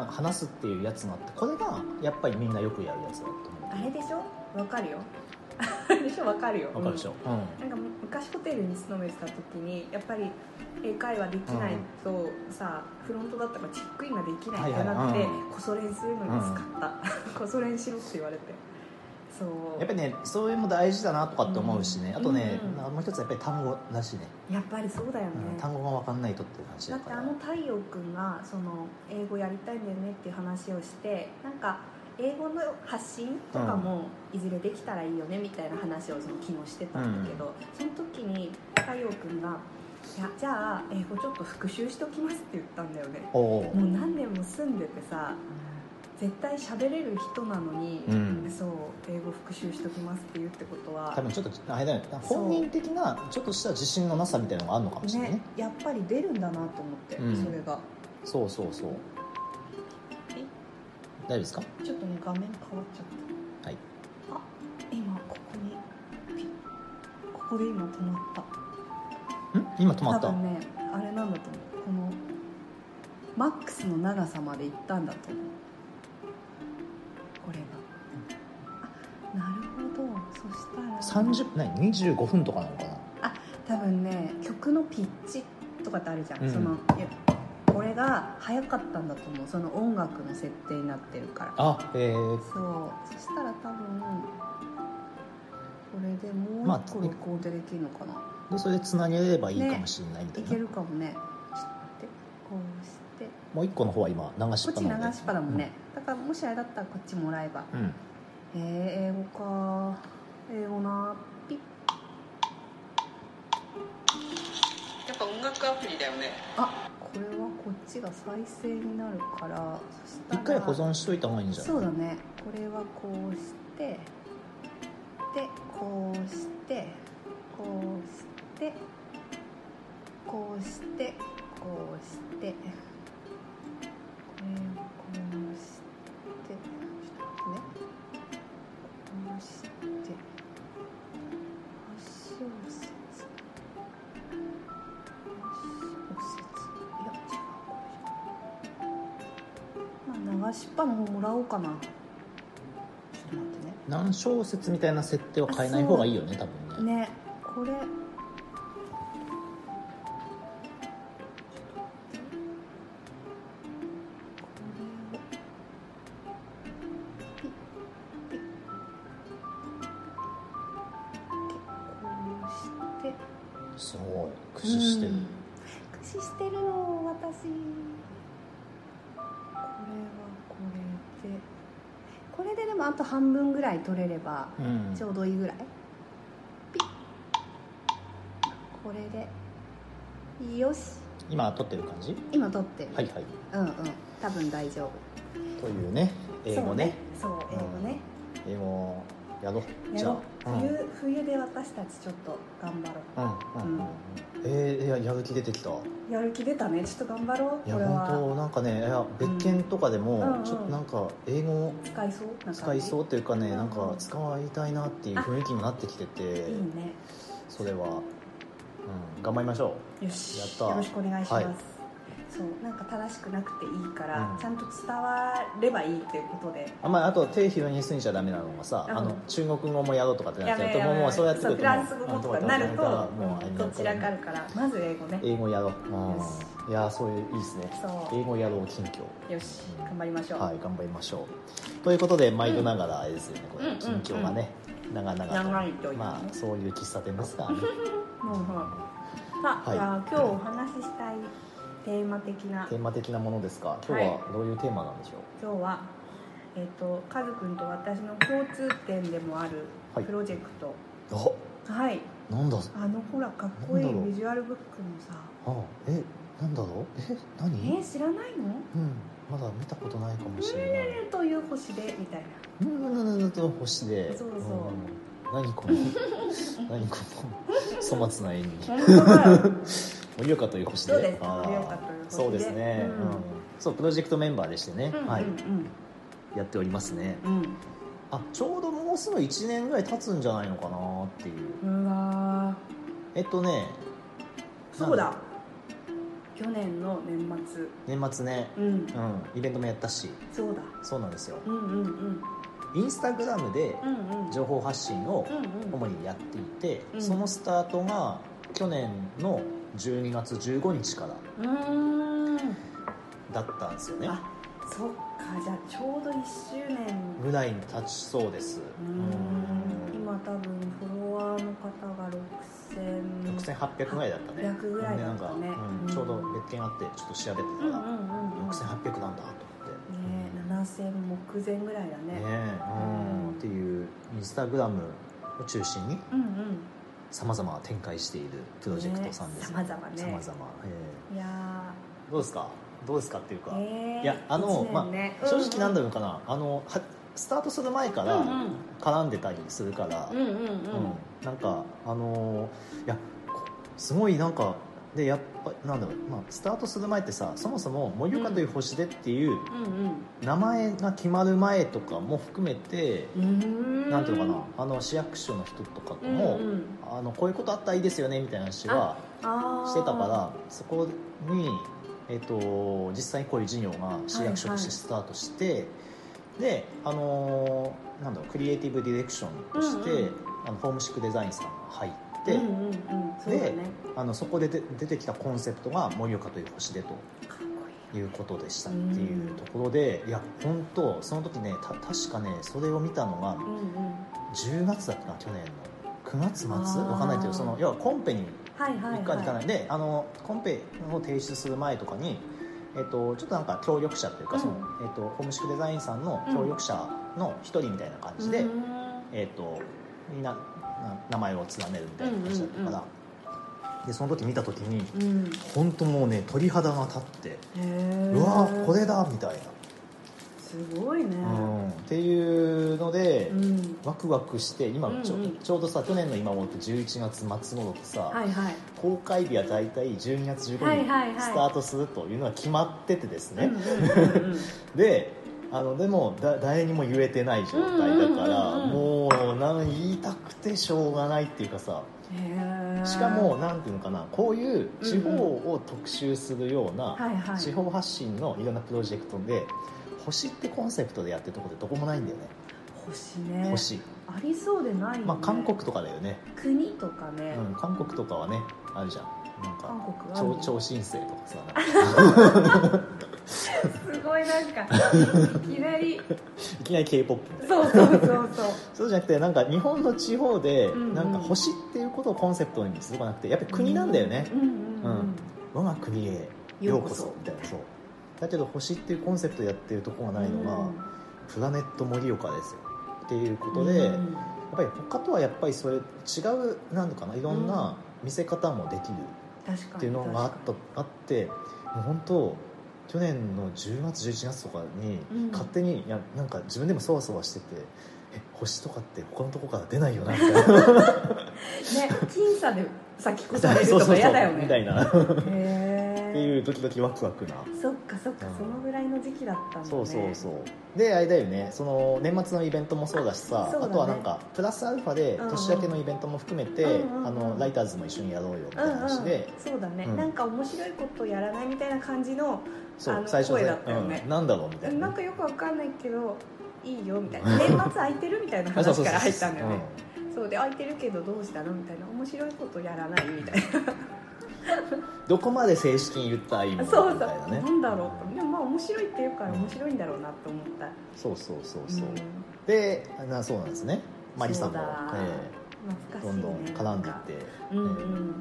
なんか話すっていうやつがあってこれがやっぱりみんなよくやるやつだと思
あれでしょわか るよあれでしょわかるよ
うわかるでしょ、うん
なんか昔ホテルに勤めてた時にやっぱり英会話できないとさ、フロントだったからチェックインができないってなって
はいはいうん
こそ練するのに使った、 こそ練しろって言われてそう
やっぱりねそれも大事だなとかって思うしね、
うん
あとね、
うんうん
なんかもう一つやっぱり単語だしね、
やっぱりそうだよね、
うん単語が分かんないとっていう話
だ
だ
っ
か
て
ら
あの太陽君がその英語やりたいんだよねっていう話をしてなんか英語の発信とかもいずれできたらいいよねみたいな話をその昨日してたんだけど、その時に太陽君が「いやじゃあ英語ちょっと復習しておきます」って言ったんだよね
おお
もう何年も住んでてさ絶対喋れる人なのに、
うん
そう英語復習しておきますって言うってことは
多分ちょっとあれだよね本人的なちょっとした自信のなさみたいなのがあるのかもしれないね
ねやっぱり出るんだなと思って、
うん
それが
そうそうそう
え
大丈夫ですか
ちょっとね画面変わっちゃった
はい
あ今ここにピッここで今止まった
ん今止まっ
多
た
分ねあれなんだと思うこのマックスの長さまでいったんだと思うこれがあなるほどそしたら
30何25分とかなのかな
多分ね曲のピッチとかってあるじゃん、
うん
そのいやこれが早かったんだと思うその音楽の設定になってるから
あえー、
そうそしたら多分これでも
まあ
う一個録音ってできるのかな、
でそれでつなげればいいかもしれないみた
い
いな、
けるかもねちょっと待ってこうして
もう一個の方は今流し
こ
っ
っ
ぱ
ち
なので
流しっぱだもんね、だからもしあれだったらこっちもらえば
うん、うん
えー、英語か英語なピッ
やっぱ音楽アプリだよね
あこれはこっちが再生になるからそした
一
ら
回保存しといた方がいいんじゃない
そうだねこれはこうしてでこうしてこうしてこうしてこうしてこれをこうしてちょっと待ってねこうして足を折折いや違うこれじゃまあ、流しっぱの方もらおうかなちょっと待ってね
何小節みたいな設定は変えない方がいいよね多分ね
ねこれ
すごい駆使してる、
うん駆使してるの私これはこれでこれででもあと半分ぐらい取れれば
うん
ちょうどいいぐらい、ピッこれでよし
今撮ってる感じ
今取ってる、
はいはい
うんうん多分大丈夫
というね英語ね
そうねそう英語ね、
英語やろう
や
じ
ろ
ゃ
う
あうん
冬冬で私たちちょっと頑張ろ
うんうんうんうんえー、いややる気出てきた
うやる気出たねちょっと頑張ろ
いうや
これは
本当なんかねいや別件とかで
うんう
も
ん
ちょっとなんか英語
使いそうな感じ
使いそうというかね
うん
なんか使いたいなっていう雰囲気になってきてて
いいね
それは、うん、頑張りましょ
よし
やった
よろしくお願いします、
はい
そうなんか正しくなくていいから、
うん
ちゃんと伝わればいいっていうことで
うあんまりあと手広にすぎちゃダメなのがさ、
うん
あの中国語もやろうとかってなっちゃうと
やばいやば
もう
い
もうそうやってくる
フ
と
ランス語とかになると
もうあれにな
ど
る
ち
から
らかあるからまず英語ね
英語やろう、
よ
うん、いやそういういいですね
そ
英語やろう近況
うよし頑張りましょう、
はい頑張りましょうということで毎度ながらあれですよね、こ
うん
れ近況がね、長々と
長いという
まあそういう喫茶店ですからね
もうもうさあ、
はい
じゃあ今日お話ししたいテーマ的な
テーマ的なものですか今日はどういうテーマなんでしょ
今日はえっ、とカズくんと私の共通点でもある
う、はい
プロジェクト
あ
はい
なんだ
あのほらかっこいい
なんだろう
ビジュアルブックのさ
あえなんだろうえ
え
何
ー、知らないの
うんまだ見たことないかもしれない
という星でみたいな
うんうんうんうんと星で
そうそうん
何この何この粗末な演技
本当だよ
盛岡という星で
そうです
あー
盛岡という星で
そうですね、
う
うんんそうプロジェクトメンバーでしてね、
うん
はい
うん
やっておりますね
うん
あちょうどもうすぐ1年ぐらい経つんじゃないのかなっていう
うんうわ
えっとね
ーそうだ去年の年末
年末ね
うん
うんイベントもやったし
そうだ
そうなんですよ
うんうんうん
インスタグラムで
うんうん
情報発信を
うんうん
主にやっていて、
うん
そのスタートが去年の12月15日から
うーん
だったんですよね
あそっかじゃあちょうど1周年
ぐらいに経ちそうです
うーん今多分フォロワーの方が6000
6800ぐらいだったね
800ぐらいだったね
でなんか、うん
うん
ちょうど別件あってちょっと調べて
うんうん
たら、
うんうん
6800なんだと思って
ね7000目前ぐらいだね
ねえうんっていうインスタグラムを中心に
うんうん
さまざま展開しているプロジェクトさんです
ね様々ね
様々え
いや
えどうですかどうですかっていうか、
ーえー
いやあの
一年ね
正直なんだ
ろ
ろうかなあのはスタートする前か
う
ら
んうん
絡んでたりするから、
うんうんうん
うんなんかあのーいやこすごいなんかでやっぱなんだろう、まあ、スタートする前ってさそもそも「盛岡という星で」っていう
うん
名前が決まる前とかも含めて、
うんうん
なんていうのかなあの市役所の人とかと
うん
も、
うん
あのこういうことあったらいいですよねみたいな話は
あー
してたからそこに、えっと実際にこういう事業が市役所としてスタートして、であのーなんだろうクリエイティブディレクションとして、
うんうん
あのホームシックデザインさんが入って、
うんうんうんそうだね
あのそこでで出てきたコンセプトが「盛岡という星で」
かっこと
いうことでしたっていうところで、いや本当その時ねた確かねそれを見たのが
いいうんうん
10月だったかな去年の9月末
あー
わかんないけどその要はコンペに
はいはい
一回行か
は
ないいであのコンペを提出する前とかに、えっとちょっとなんか協力者というか、
うん
そのえっとホームシックデザインさんの協力者の一人みたいな感じで、
うん
えっとみんなな名前を連ねるみたいな感じだったから、でその時見た時に
うん
本当もうね鳥肌が立って、
へー
うわーこれだみたい
すごいね
な、うんっていうので。
うん
ワクワクして今ちょ,、
うんうん
ちょうどさ去年の今頃って11月末頃ってさ、
はいはい
公開日は大体12月15日
はいはいはい
スタートするというのは決まっててですね、
うんうんうんうん
であのでもだ誰にも言えてない状態だから、
うんうん
もうなん言いたくてしょうがないっていうかさ
へー
しかもなんていうのかなこういう地方を特集するような
はいはい
地方発信のいろんなプロジェクトで星ってコンセプトでやってるとこってどこもないんだよね
星ね
星、
ありそうでないよね
まあ、韓国とかだよね、
国とかね
うん、韓国とかはねあるじゃんなん
韓
か
国ある
超
の
超新星とかさなんか
すごいなん かいきなり
いきなり k p o p
そうそうそうそう
そうじゃなくてなんか日本の地方で
うんうん
なんか星っていうことをコンセプトにするんじゃなくてやっぱり国なんだよね、
うんうんうん、
我が国へようこそみたいなそうだけど星っていうコンセプトやってるとこがないのが、プラネット盛岡ですよっていうことで、
う
やっ
ん
ぱり他とはやっぱりそれ違うなんのかないろんな見せ方もできる
確かに
っていうのがあったあってもう本当去年の10月11月とかに
うん
勝手に、いやなんか自分でもそわそわしててえ星とかって他のとこから出ないよなみたいな
ね僅差で先越されるとか嫌だよね
みたいなっ
へ
て
え
いうドキドキワクワクな、
そっかそっか、
うん
そのぐらいの時期だったんだ、ね、
そうそうそうであれだよねその年末のイベントもそうだしさ
そうだね
あとはなんかプラスアルファで
うんうん
年明けのイベントも含めて、
うんうん
あのライターズも一緒にやろうよみたい
ん
な
うん
話で、
そうだね、
うん
なんか面白いことやらないみたいな感じの
そ
あ
う
の
最初
声だったよね
うん、なんだろうみたいな
なんかよくわかんないけどいいよみたいな年末空いてるみたいな
あそ
話
うそう
か
そう
ら入ったんだよね
うん
そうで空いてるけどどうしたのみたいな面白いことやらないみたい
どこまで正式に言ったらいいの
な
か
そうそう
みたいなね
なんだろうでもまあ面白いっていうから面白いんだろうなと思った
そうそうそうそう、
ん
でなそうなんですねマリさんも
そうだ、
え
懐か
え
しい、ね、
どんどん絡んでいって、
うんう
え
ん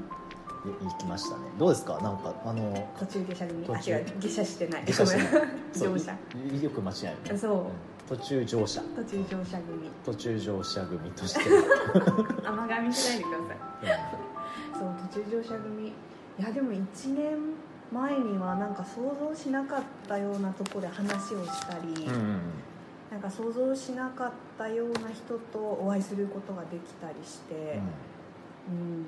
えいきましたねどうですかなんかあの
途中下車組
途
あ違
中
う下車してない
下車して
ごめん
そう
乗車
いよく間違えるね
そう
う途中乗車
途中乗車組
途中乗車組 として、
甘噛みしないでくださいそう途中乗車組いやでも1年前にはなんか想像しなかったようなとこで話をしたり、
うんうんうん
なんか想像しなかったような人とお会いすることができたりして、うん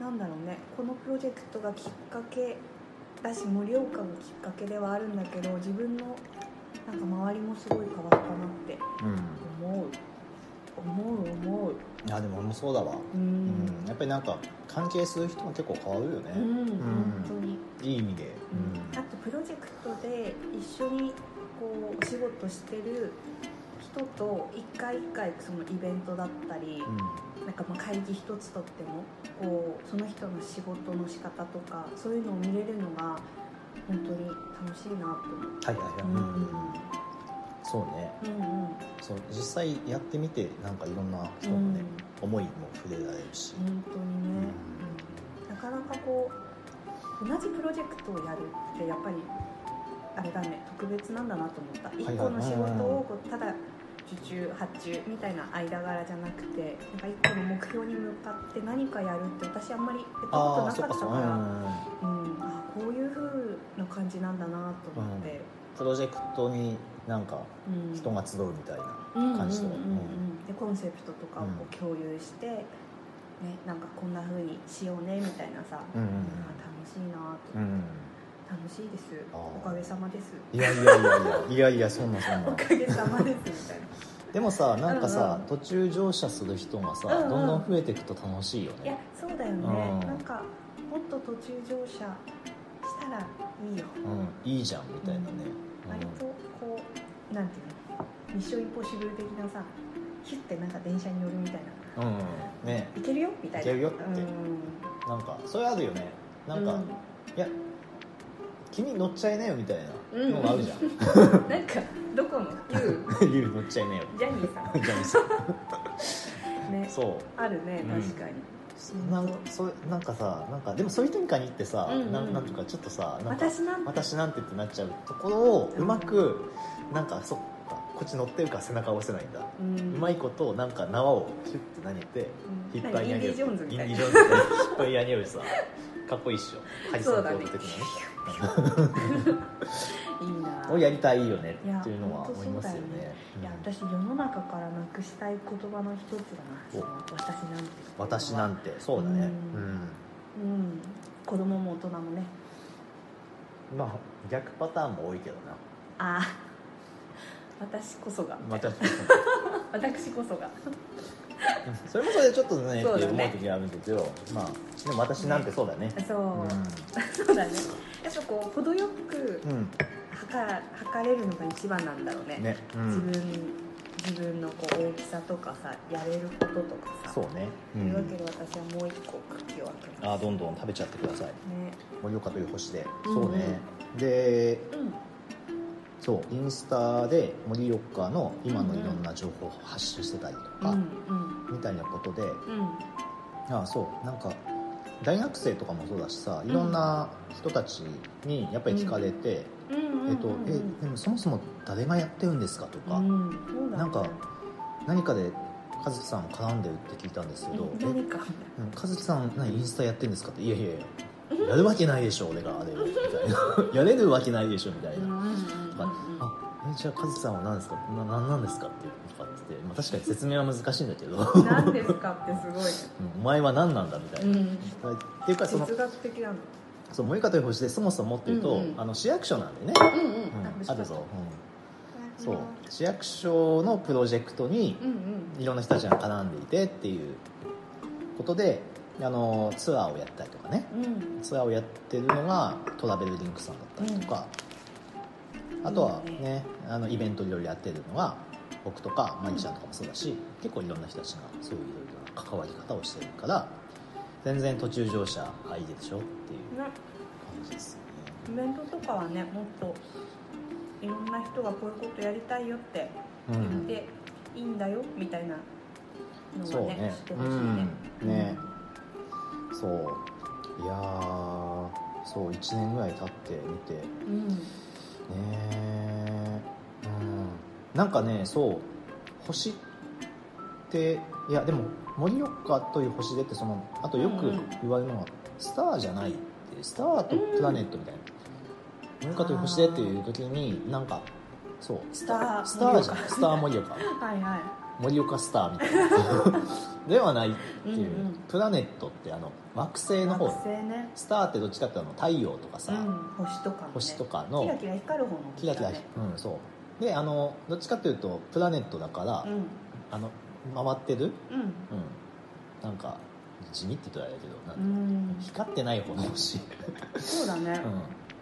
なんだろうねこのプロジェクトがきっかけだし盛岡がきっかけではあるんだけど自分のなんか周りもすごい変わったなって
うんうん
思う思う思う
いやでも俺もそうだわ、
う
うんん、やっぱりなんか関係する人も結構変わるよね、
うん、本当に
いい意味で、
あとプロジェクトで一緒にこうお仕事してる人と一回一回そのイベントだったり、
うん
なんかまあ会議一つとってもこうその人の仕事の仕方とかそういうのを見れるのが本当に楽しいなと思う
はいはいはい、
うん
そうね
うんうん
そう実際やってみてなんかいろんな人のね、思いも触れられるし、
本当にね、なかなかこう同じプロジェクトをやるってやっぱりあれだね特別なんだなと思った
いはい
1個の仕事をこうただ受注発注みたいな間柄じゃなくてなんか1個の目標に向かって何かやるって私あんまりやったこと
ああ
な
そ
か
っか
った
そ
か
っ
ら
か、うんうんうん、
うん、あこういう風な感じなんだなと思って、
プロジェクトになんか
うん
人が集うみたいな、
感
じと
うんうんうんうん、でコンセプトとかをこう共有して、ね、なんかこんな風にしようねみたいなさ、
うんうん
あ楽しいなと思って。
うん
楽しいです
あー
おかげさまです
いやいやいやいやいやいやそんなそん
お
な
かげさまです
でもさなんか
う
さ、
んうん
途中乗車する人がさ、
うんうん
どんどん増えていくと楽しいよ
みたいないや
ね
そうだよね
うん
なんかもっと途中乗車したらいいよ
うんいいじゃんみたいなね、うん
割とこうなんていうのミッションインポッシブル的なさヒュッてなんか電車に乗るみたいな
うんね
行けるよみたいな
行けるよって
うん
なんかそれあるよねなんか、
う
いや君乗っちゃいなよみたいな
うん
のがあるじゃん、
なんかどこの U
ゆる乗っちゃい なよ
ジャニーさ
ジャニーさん
んね
そ
あるね
うん
確かに
うなんそうなんかさなんかでもそういう人に限ってさ、
うんうん
なんなんとかちょっとさなんか
私なんて
私なんてってなっちゃうところを
うん
うまく、なんかそっかこっち乗ってるから背中合わせないんだ、
う
うんまいことなんか縄をシュッて投げて
うん
引っ張り
イ
上げる
ンディ・ジョーンズみたい
イン
な
ディジョーンズみたいな引っ張り上 げるさかっこいいっしょハリソン・フォード的なね
いいなぁ
をやりたいよね
いや
っていうのは思いますよね
本当そうだよ
うん
いや私世の中からなくしたい言葉の一つだなそ
お
の私なんて
私なんてそうだね
う
うんん
うん子供も大人もね
まあ逆パターンも多いけどな
ああ私こそが
また
私こそが
それもそれでちょっとね
そう
って
だ
思
ね
う時があるけどまあでも私なんてそうだね
そう、
う
そうだねやっぱこう程よく
んうん
測測れるのが一番なんだろうね
ねう
自分
ん
自分のこう大きさとかさやれることとかさ
そうね
と
う
いうわけ
ん
で私はもう一個茎を開け
あ
ま
ー
す
どんどん食べちゃってください
ね
盛岡という星で、
うん
そうねで
うん
そうインスタで盛岡の今のいろんな情報を発信してたりとか、
うん
みたいなことで
うんうん
ああそうなんか大学生とかもそうだしさいろんな人たちにやっぱり聞かれて、
うんうん
えっと
うんうん
えでもそもそも誰がやってるんですかとか、
うんそうだね
なんか何かで和樹さん絡んでるって聞いたんですけど、
うん
え
何か
うん和樹さん何インスタやってるんですかっていやいやいややるわけないでしょ俺があれをみたい なやれるわけないでしょみたいな、まあえじゃあカズさんは何ですかな何なんですかっていうとかって言って、まあ、確かに説明は難しいんだけどうん
何ですかってす
お前は何なんだみたい
ごい
な、
ね、うん、
っていうかその
哲学的なの
そうもう一方という星でそもそもっていうと、
うんうん
あの市役所なんでね、
うんうん
うんあるぞ、うん、そう市役所のプロジェクトに
うんうん
いろんな人たちが絡んでいてっていうことであのツアーをやったりとかね
うん
ツアーをやってるのがトラベルリンクさんだったりとか、あとはね
いい
あのイベントいろいろやってるのが僕とかマギちゃんとかもそうだし、結構いろんな人たちがそういういろいろな関わり方をしてるから全然途中乗車あいいでしょっていう
ね
感じですね
イベントとかはねもっといろんな人がこういうことやりたいよって
う
言っ
ん
ていいんだよみたいな
そ
の
う
をね
ね
してほしいね、
うんねそういやーそう1年ぐらい経ってみて
うん
ねえうんなんかねそう星っていやでも盛岡という星でってそのあとよく言われるのはスターじゃないってスターとプラネットみたいな盛岡という星でっていう時になんかそう
スター
スターじゃないスター盛岡
はいはい
盛岡スターみたい なではないっていう
うんうん
プラネットってあの惑星の
惑
方
星ね
スターってどっちかっていうとあの太陽とかさ、
うん星とかもね
星とか
キラ
の
キラ光る方の
キラキラ
ね
うんそうであのどっちかっていうとプラネットだから、
うん
あの回ってる、
うん
うん、なんか地味って言ったらあれだけどなん
うん、
か光ってない方の星、
そうだね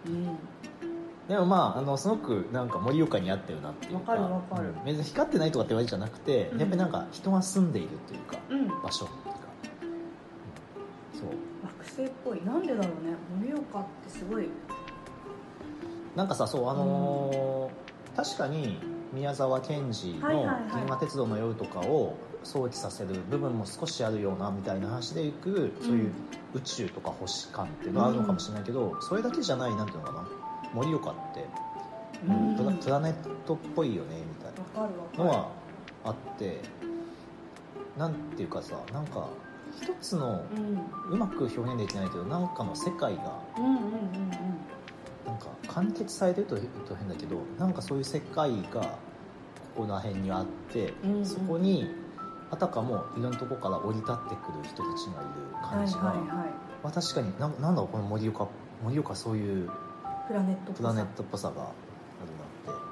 う、ん、
うん、
でもまああのすごくなんか盛岡に合ってるなっていうか
わかるわかる
うん別に光ってないとかってわけじゃなくて、
うん
やっぱりなんか人が住んでいるというか
うん、
場所っていうか、うんそう
惑星っぽいなんでだろうね盛岡ってすごい
なんかさそうあのー確かに宮沢賢治
はいはい
の
はい
「銀河鉄道の夜」とかを想起させる部分も少しあるようなみたいな話でいくそういう宇宙とか星観っていうのがあるのかもしれないけど、それだけじゃないなんていうのかな盛岡って、
うん
プ
わ
ラ
か
プラネットっぽいよねみたい
るわか
な
る
のはあってなんていうかさなんか一つの
うんうん
うまく表現できないけどなんかの世界が
うんうん
なんか完結されてると言うと変だけどなんかそういう世界がここら辺にあって、
うんうん
そこにあたかもいろんなとこから降り立ってくる人たちがいる
は
感
い
じが、
はいはい
まあ、確かにななんだろうこの盛岡盛岡そういう
プラネットっぽさ
プラネットっぽさがあるなって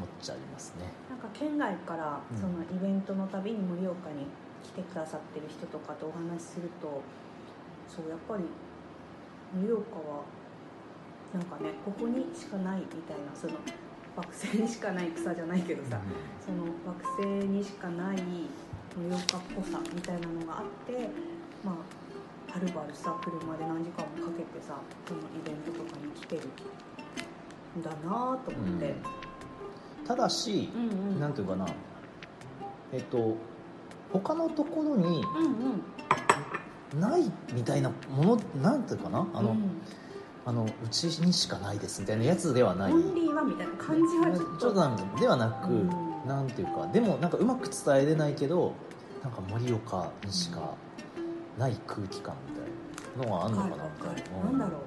思っちゃいますね。
なんか県外から
うん
そのイベントのたびに盛岡に来てくださってる人とかとお話しするとそうやっぱり盛岡はなんかねここにしかないみたいなその惑星にしかない草じゃないけどさ、その惑星にしかない盛岡っぽさみたいなのがあってまあはるばるさ車で何時間もかけてさそのイベントとかに来てるんだなぁと思って、
ただし、
うん、うん
なんていうかなえっと他のところに
うんうん
ないみたいなものなんていうかなあの、
うん
あのうちにしかないですみたいなやつではない
オンリーはみたいな感じはちょっ
ちょっ
と
となんかではなく、
うん
なんていうかでもなんかうまく伝えれないけどなんか盛岡にしかない空気感みたいなのがあるのかなみたいな、
なんだろう、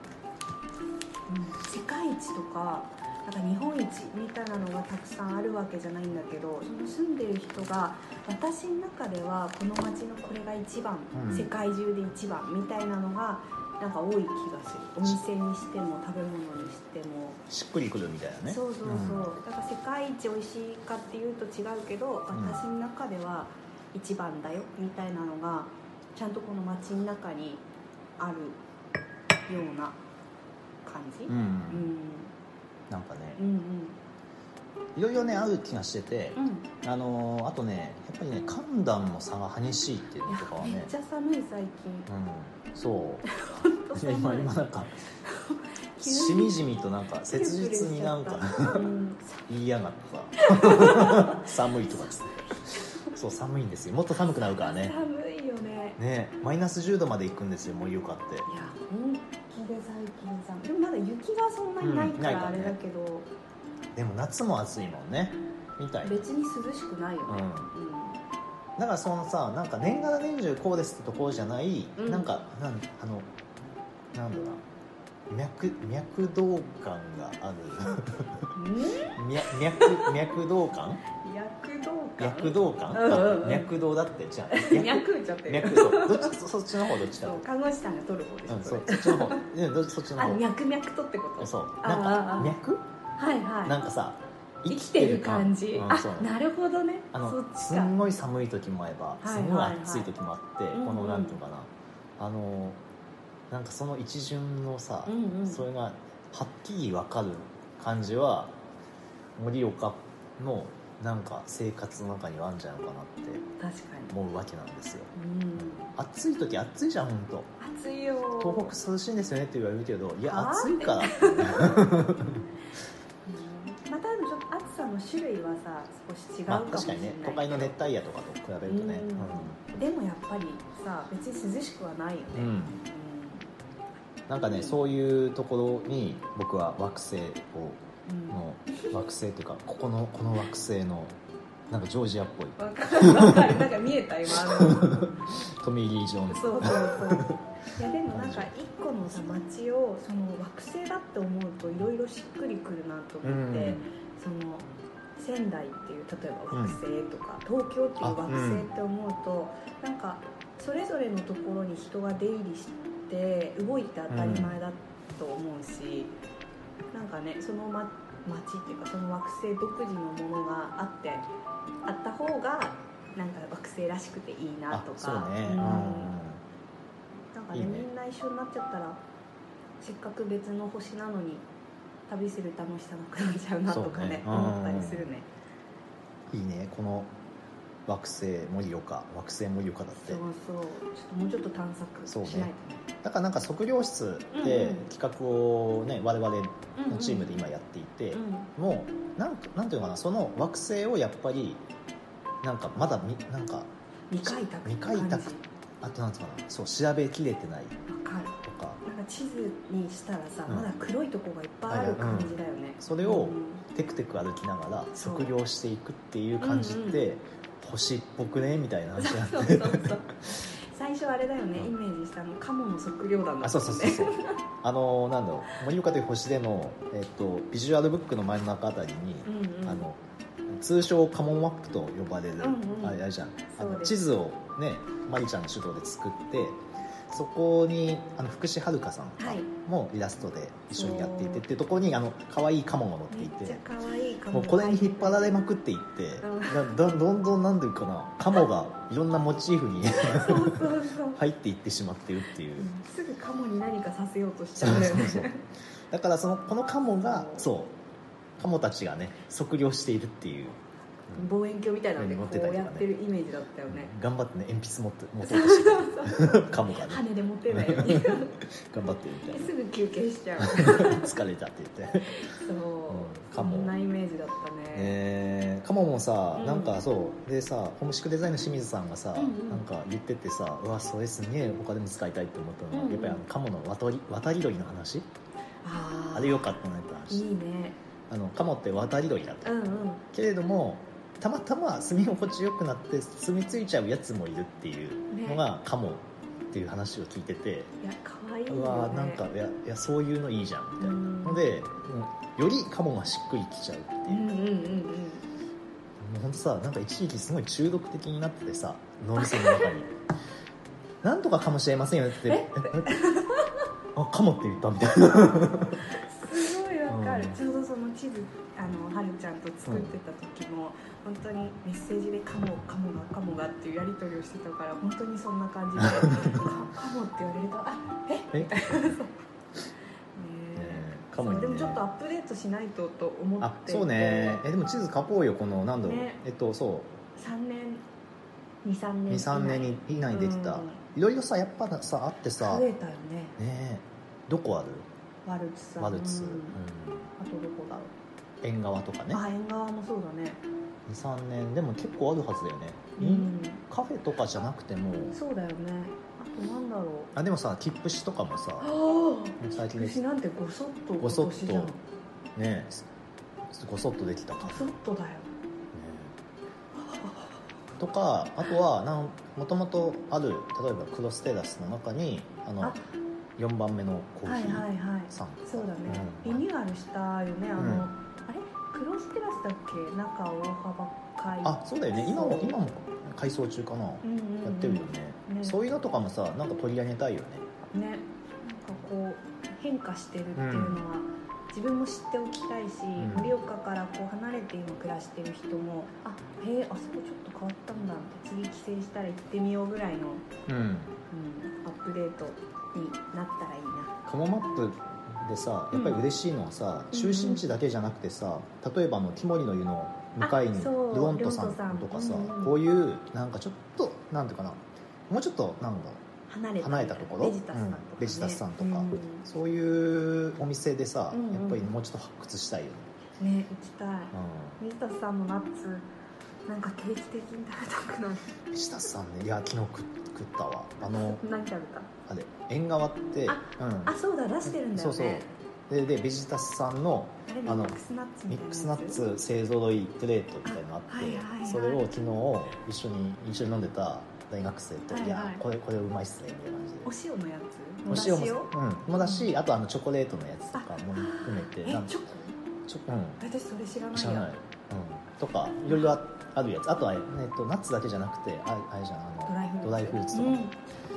うん、世界一とかなんか日本一みたいなのがたくさんあるわけじゃないんだけどその住んでる人が私の中ではこの街のこれが一番、
うん
世界中で一番みたいなのがなんか多い気がするお店にしても食べ物にしても、
しっくりくるみたいなね
そうそうそう、だから世界一美味しいかっていうと違うけど
ん
私の中では一番だよみたいなのがちゃんとこの街の中にあるような感じ、
うん、
うん、
なんかね
うん
いろいろねある気がしてて
うん、うん
あのーあとねやっぱりね寒暖の差が激しいっていう
い
のとかは
やめっ
ね
ちゃ寒い最近
うんそう
本当
い
寒い
や今今なん かしみじみとなんか切実になんか
うん
言いやがっ た寒いとかですねそう寒いんですよもっと寒くなるからね
寒いよね
ねマイナス10度まで行くんですよ盛岡って
いや本気で最近寒いでもまだ雪がそんなにないか
うん
らあ
ないから
れ
ね
だけど、
でも夏も暑いもんねみたいな
別に涼しくないよ
う
ね、
ん
うん
だからそのさなんか年がら年中こうですってところじゃない、
うん
なんかなんあのなんだろうな脈脈動感がある 脈脈脈動感
躍動感
脈動感、
うんうんうん
脈動だって じゃあ
脈打っちゃってる
脈そうどっちそそっちの方どっち
そ
だろ
う
う
看護師さんが取る方でしょ、
うん、
そ
そ
れ
うそっちの方うんどっちそっちの
あ
方
脈々とってこと
そう
あ
なん
ああ
か脈
はいはい
なんかさ
生きてる感じ、
うんそう
あなるほどね
あ
そ
の
っち
す
か
んごい寒い時もあれば
い
すんごい暑い時もあって、
はいはい
こ
うんう
の
ん
なんていうのかな、あのなんかその一巡のさ、
うんうん
それがはっきり分かる感じは盛岡のなんか生活の中にはあるんじゃないのかなって
確か
思うわけなんですよ
にうん
暑い時暑いじゃんほんと
暑いよ
東北涼しいんですよねって言われるけどいや
は
暑いから
うんまたでもちょっと暑さの種類はさ少し違うか
まあ
も
確
し
か
れない
にね
けど
都会の熱帯夜とかと比べるとね
うんでもやっぱりさ別に涼しくはないよね、
うん、うんなんかね、そういうところに僕は惑星を
うん
の惑星っていうかここのこの惑星のなんかジョージアっぽい
わかるわかるなんか見えた今あの
トミー・リー・ ジョーンズ
そうそうそういやでもなんか一個のさ街をその惑星だって思うといろいろしっくりくるなと
う
思って、
ん
その仙台っていう例えば惑星とか、東京っていう惑星って思うと、なんかそれぞれのところに人が出入りして動いて当たり前だと思うし、なんかねその、ま、町っていうかその惑星独自のものがあってあった方がなんか惑星らしくていいな
あ
とか
そうね
う
うんん
なんかね
いいね
みんな一緒になっちゃったらせっかく別の星なのに旅する楽しさなくなっちゃうなとかね
そうね
思ったりするね
いいねこの惑星盛岡惑星盛岡だっ
そ
て
うそうちょっともうちょっと探
そう
索
ね
しない
だからなんか測量室
う
で
んうん
企画をね我々
とね
のチームで今やっていて、もうなんかなんていうのかなその惑星をやっぱりなんかまだみなんか
未開拓って感じ
未開拓あとなんつうかなそう調べきれてない
わかる
とか
なんか地図にしたらさ、
うん
まだ黒いとこがいっぱいある感じだよね、
それを
うん
テクテク歩きながら
そう
測量していくっていう感じって、星っぽくねみたいな話になって
そうそうそう最初あれだよね、
うん
イメージしたのカモの測量団だ
あ そうそうそうそうあのなんだろう盛岡という星での、えっと、ビジュアルブックの真ん中あたりに、
うんうん、
あの通称カモンマップと呼ばれる、
うんうん
あれあれじゃんあ
そう
の
です
地図をねまりちゃんの主導で作ってそこにあの福士遥さんとか
はい
もイラストで一緒にやってい
そう
てっていうところにあの可愛いカモンが乗って
めっ
い
ちゃ
て
可愛いカモ
もうこれに引っ張られまくっていって、
うん
などんどんどんなんていうかなカモがいろんなモチーフに
そうそうそう
入っていってしまってるっていう。
すぐカモに何かさせようとしち
そ
ゃ
う
うんだよ
そう
ね
そうだからそのこのカモがそうカモたちがね測量しているっていう、うん
望遠鏡みたいなので
持
こ
ってたり
う
とか
や
ね
ってるイメージだったよね
頑張ってね鉛筆持って持とうとしてるカモがね
羽で持 てないよね
頑張ってるみたいな
すぐ休憩しちゃう
疲れたって 言って
そう
カ
そ
モ
んなイメージだったね
えー、カモもさ、
うん
なんかそうでさホームシックデザインの清水さんがさ、
うんうん
なんか言っててさうわそれすげえ他でも使いたいって思ったのは、
うんうん
やっぱりあのカモの渡り渡り鳥の話
あ
あ
あい
れよかったなって話
いね
あのカモって渡り鳥だって
うんうん
けれどもたまたま住み心地よくなって住み着いちゃうやつもいるっていうのがカモっていう話を聞いてて、
いや可愛いよ
う
ね
わーなんかいやいやそういうのいいじゃんみたいな
うん
ので、うんよりカモがしっくりきちゃうっ
う
てい
ん
う、
うん
も
うんうん
うほんとさなんか一時期すごい中毒的になっててさ脳みその中に なんとかかもしれませんよねってえあカモって言ったみた いな
すごいわかる、
うん
ちょうどその地図あのはるちゃんと作ってた時も、本当にメッセージで「カモカモがカモが」っていうやり取りをしてたから本当にそんな感じで「かカモ」って言われると「あえ
え
みたいなそうねえ
ねえカモにね
そうでもちょっとアップデートしないとと思って
あ
いて
そうねえでも地図書こうよこの何だろう、
ね
えっとそう
3年23年
23年以内にできた
うん
いろいろさやっぱさあってさ
増
ね
えたよね
えどこある
ワルツさん
ワルツ、
う
うんん
あとどこだろう
縁側とかね
あ縁側もそうだね
23年でも結構あるはずだよね、
うん
カフェとかじゃなくても
そうだよねあとなんだろう
あでもさ切符紙とかもさ
あ
最
あ
近です
牛
ね
なんてごそっと
ごそっと
今年じゃん
えごそっとできたカ
ご
フェ、
そっとだよ
ねとかあとはなんもともとある例えばクロステラスの中にあの
あ
4番目のコ
は
ー
い
ヒ
は
ー
いはい
さん、
そうだね、
うん
リニューアルしたよねあの、
うん
あれクロステラスだっけ中大幅会
あそうだよね今
そ
も
う
今も改装中かな、
うんうんうん
やってるよね、
ね
そういうのとかもさなんか取り上げたいよね
ねなんかこう変化してるっていうのは、自分も知っておきたいし
ん
盛、岡からこう離れて今暮らしてる人もあへえあそこちょっと変わったんだって次帰省したら行ってみようぐらいの、
うん
うん、アップデートになったらいいな
カモマップでさやっぱり嬉しいのはさ、
うん
中心地だけじゃなくてさ例えばあの「キモリの湯」の向かいに
あ
ル
そう
オントさ
ルオントさん
んとかさ、
うんうん
こういうなんかちょっとなんていうかなもうちょっとなんだろ
離れ
う離れたところ
ベジタスさんとか、ね
うんベジタスさ
う
んとか、
ん
そういうお店でさ、
うんうん
やっぱりもうちょっと発掘したいよね、
ね行きたい
うん
ベジタスさんのナッツなんか定期的に食べたくなる
ベジタスさんねいや昨日食食ったわあの
何食べた
あれ縁側って
あ
うん
あそうだ出してるんだよね
そうそうそれでベジータスさんの
あれミ
あの
ックスナッツみ
ミ
たい
ッ
な
ク
や
ス
つ
ナッツ勢ぞろいプレートみたいなのあって
あはいはいはい
それを昨日一緒に一緒に飲んでた大学生と「
はい
い
はい
やこれこれうまいっすね」みたいな感じで
お塩のや
お
つ
塩もうんもだしあとあのチョコレートのやつとかも含めて
え
なん
チョコ
ちょうん
私それ知らないや
知らない、うん、とかいろいろああるやつあとは、えっと、ナッツだけじゃなくてああれじゃん
ドライ
あ
フルー
の
ツ
ドライフ
う
ルーツとか、
ん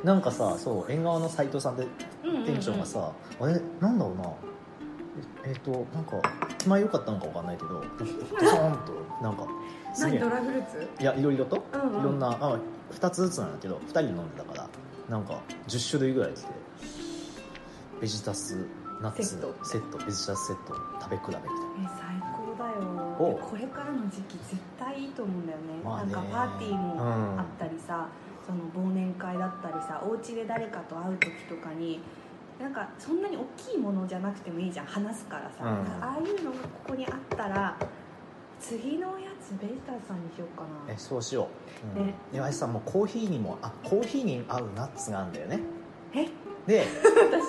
なんかさそう縁側の斎藤さんで
うんうんうん
店長がさ、あれなんだろうなええっとなんか気前良かったのかわかんないけどドショーンとなんかす
何
げえ
ドライフルーツ
いやいろいろと、
うんうん
いろんなあ2つずつなんだけど2人で飲んでたからなんか10種類ぐらい来てベジタスナッツ
セット
セットベジタスセット食べ比べみたいな
え最高だよ
お
これからの時期絶対いいと思うんだよね,、
まあね
なんかパーティーも
うん
あったりさ、その忘年会だったりさお家で誰かと会う時とかになんかそんなに大きいものじゃなくてもいいじゃん話すからさ、
うん
なんかああいうのがここにあったら次のおやつベジターさんにしようかな
えそうしよう、うん
ね
岩井さんもコーヒーにもあコーヒーに合うナッツがあるんだよね
え
で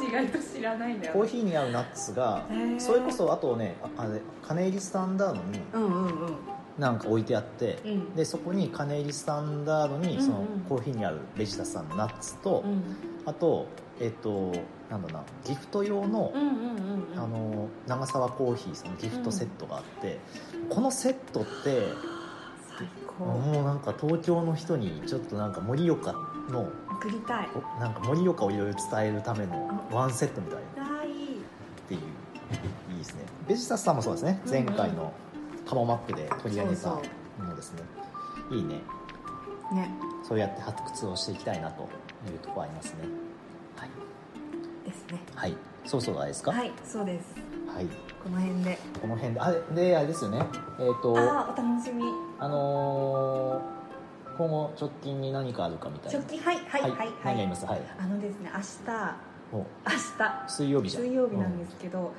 私意外と知らないんだ
コーヒーに合うナッツ が
へー
それこそあとねああれ金入りスタンダードに
うんうんうん
なんか置いてあって、
うん
でそこに金入りスタンダード
うんう
に
ん
そのコーヒーに合うベジタスさんのナッツと、
うん
あとえっとなんだろうなギフト用の、
うんうんうん
あの長沢コーヒーさんのギフトセットがあって、このセットって
最高
もうなんか東京の人にちょっとなんか盛岡の
送りたい
おなんか盛岡をいろいろ伝えるためのワンセットみたいな
あーいい
っていういいですねベジタスさんもそうですね
うんう
前
ん
回のカモマップで取り上げた
そ
も
う
のですねいいね
ね
そうやって発掘をしていきたいなというところありますねはい、
ですね
はい、そろそろあれですか
はいそうです
はい
この辺で
この辺であであれですよねえっ、とあ
ああお楽しみ
のー今後直近に何かあるかみたいな
直近はいはいはいはい、
何やりますはい
あのですね明日
もう
明
水曜
日
日じゃん
水曜日なんで
う
すけど、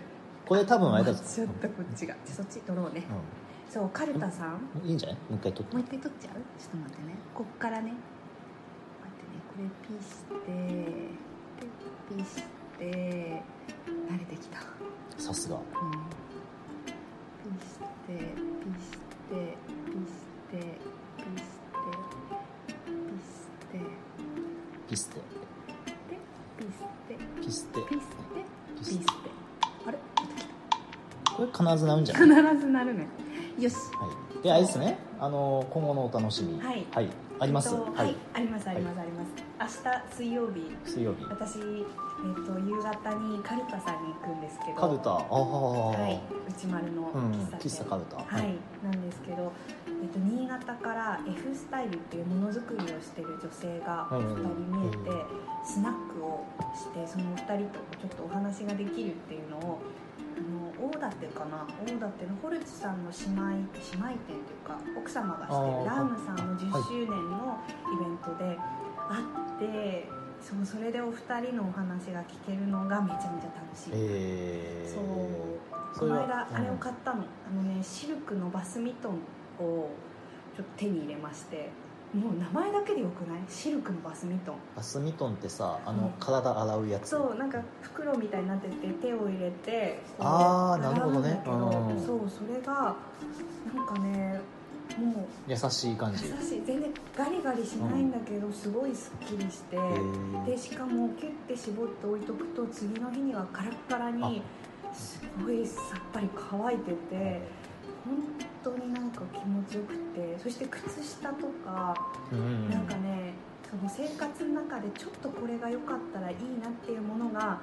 これ多分あれだぞ
ちょっとこっちがじゃあそっち取ろうね、
う
そうカルタさんも
ん、いいんじゃないもう一回撮って
う一回取っちゃうちょっと待ってねこっからね待ってねこれピしてでピして慣れてきた
さすが
うんピしてピしてピしてピしてピして
ピステ
ピス
ピステ
テピステ
ピ
ピ
ス
ス
テ
テあれ
これ必ずなるんじゃない
必ずなるねよし
はい、であれですね、あの今後のお楽しみ、
はい
あります、
えっと
は
はいいありますありますあります明日水曜日
水曜日
私えっと夕方にカルタさんに行くんですけど
カルタああ、
はい内丸の
うん
喫茶店
喫茶カルタ
はい、なんですけど、えっと、新潟から F スタイルっていうものづくりをしてる女性が
う
2
ん
人見えて、
うん
スナックをしてそのお二人とちょっとお話ができるっていうのをあの大館かな大館のホルツさんの姉妹姉妹店というか奥様がしてる
あ
ラ
ー
ウムさんの10周年のイベントで会ってそうそれでお二人のお話が聞けるのがめちゃめちゃ楽しい。
えー、
そう
そ
こ
れ
の
は
間
うん
あれを買ったの、あのねシルクのバスミトンをちょっと手に入れましてもう名前だけでよくないシルクのバスミトン
バスミトンってさあの、
うん
体洗うやつ
そうなんか袋みたいになってて手を入れてこう
あーなるほどね
洗うんだけ
うん
どそうそれがなんかねもう
優しい感じ
優しい全然ガリガリしないんだけどすごいすっきりして、
え
で
ー、
しかもキュッて絞って置いとくと次の日にはカラッカラにすごいさっぱり乾いてて本当になんか気持ちよくてそして靴下とか、
うん
なんかねその生活の中でちょっとこれが良かったらいいなっていうものが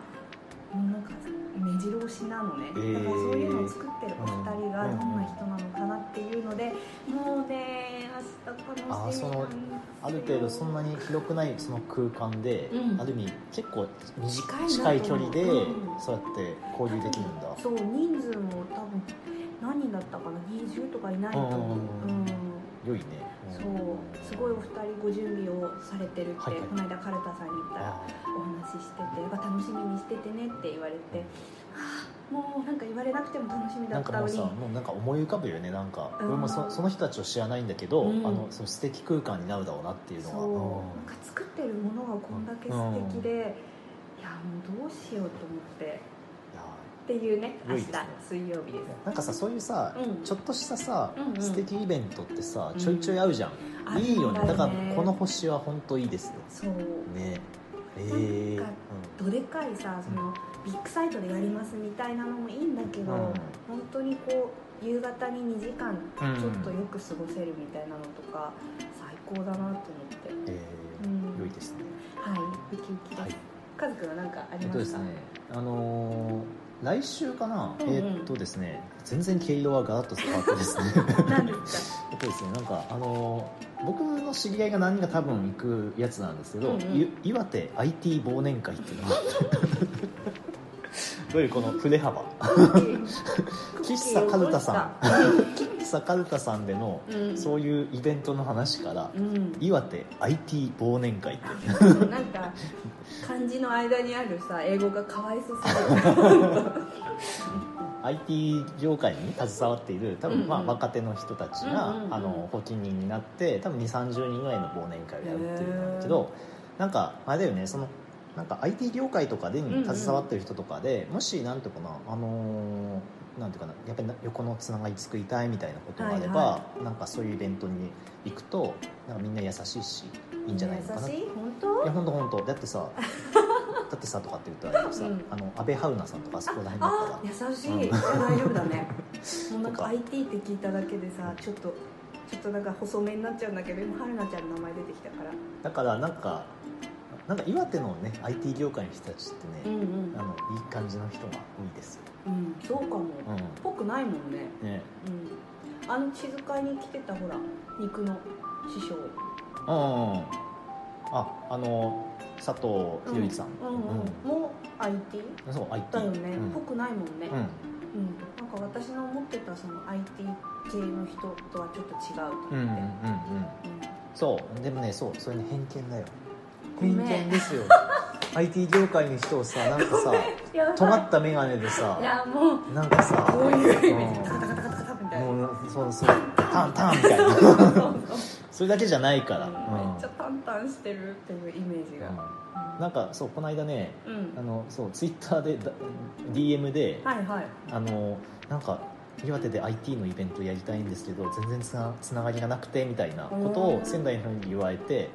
もうなんか目白押しなのね、
えー
だからそういうのを作ってるお二人が
う
どん
ん
な人なのかなっていうので、もうね明日
あー
楽し
そ
みな
の
んですよ
ある程度そんなに広くないその空間で、
うん
ある意味結構
近いな
短近い距離で、
うん
そうやって交流できるんだ、
そう人数も多分何人だったかな20とかいないと思う、
う
うんん
良いねん
そうすごいお二人ご準備をされてるって、
はいはい
この間カルタさんに言ったら
あ
お話ししてて「あ楽しみにしててね」って言われてはあもうなんか言われなくても楽しみだ
なん
っ
か
た
も
の
う
に
さもうなんか思い浮かぶよねなんか、
うん
俺もそその人たちを知らないんだけど、
うん
あのその素敵空間になるだろうなっていうの
そうなんか作ってるものがこんだけ素敵で、いやもうどうしようと思って
は、
っていうね明
良い
日
ですね
水曜日です
なんかさそういうさ、
うん
ちょっとしたさ、
うんうん
素敵イベントってさ
うん
ちょいちょい合うじゃん、
あ
いいよね
そう
だか
ね
らこの星は本当いいですよ
そう
ねえー、
なんかどでかいさそのビッグサイトでやりますみたいなのもいいんだけど、
うん
本当にこう夕方に2時間
うん
ちょっとよく過ごせるみたいなのとか、最高だなと思って、
え
う
ー
ん、
良いですね
はいウキウキです、
はい
カズくんは何かあり
えっ
ま
とですす
か
ねあのー来週かな、
うんうん
えっとですね全然毛色はガラッと変わっ てですね
何 ですか
えっとですねなんかあのー僕の知り合いが何人か多分行くやつなんですけど、
うんうん
い岩手 IT 忘年会ってい うのがあってどういうこの振れ幅喫茶カルタさん 喫茶カルタさんでの
ん、うん、
そういうイベントの話から
うん、
岩手 IT 忘年会って
なんか漢字の間にあるさ英語がかわいそうすぎる
IT 業界に携わっている多
うんう
分
ん
まあ若手の人たちが、
うんうんうん
あの補給人になって多分2 3 0人ぐらいの忘年会をやるっていうんだけどなんかあれだよねそのなんか IT 業界とかで
んうん
に携わってる人とかで、もしなんていうかなあのーなんていうかなやっぱりな横のつながり作りたいみたいなことがあれば、
は
なんかそういうイベントに行くとなんかみんな優しいしいいんじゃないのかなっ
優
て
しい本
い
当
や本当本当だっ てさだってさとかって言ったらあれだけどさ、
うん
あの安倍ハウナさんとかあそこら辺だったら
あ優しい、
うん
大丈夫だ ねもうなんか
とか
IT って聞いただけでさちょっとちょっとなんか細めになっちゃうんだけど今春菜ちゃんの名前出てきたから
だからなんかなんか岩手のね IT 業界の人たちって
うん
ね、
うん
あのいい感じの人が多いですよ、
うんそうかも
う
ぽくないもんね
んね、
うんあの静かに来てたほら肉の師匠
うんああの佐藤ひろゆきさん、
うんうんうんも IT
そう IT
だよね
うん
ぽくないもんね
うん
うん、なんか私の思ってたその IT 系の人とはちょっと違うと思って、
うんうんうんうんそうでもねそうそれね偏見だよ
ごめん
ですよ IT 業界の人をさなんかさ
うん、やばい
尖った眼鏡でさ
いやもう
なんかさ、
こういうイメージカタ
う
カタカタカタみた
ん
いな
もうそうそう、ターンターンみたいな、 それだけじゃないから、
うんめっちゃ
う
淡々してるっていうイメージが、
んなんかそうこの間ね、
うん
あのそうツイッターでだ DM で、
はいはい
あのなんか岩手で IT のイベントやりたいんですけど全然つなつながりがなくてみたいなこと
う
を
ん
仙台の人に言われて、やっ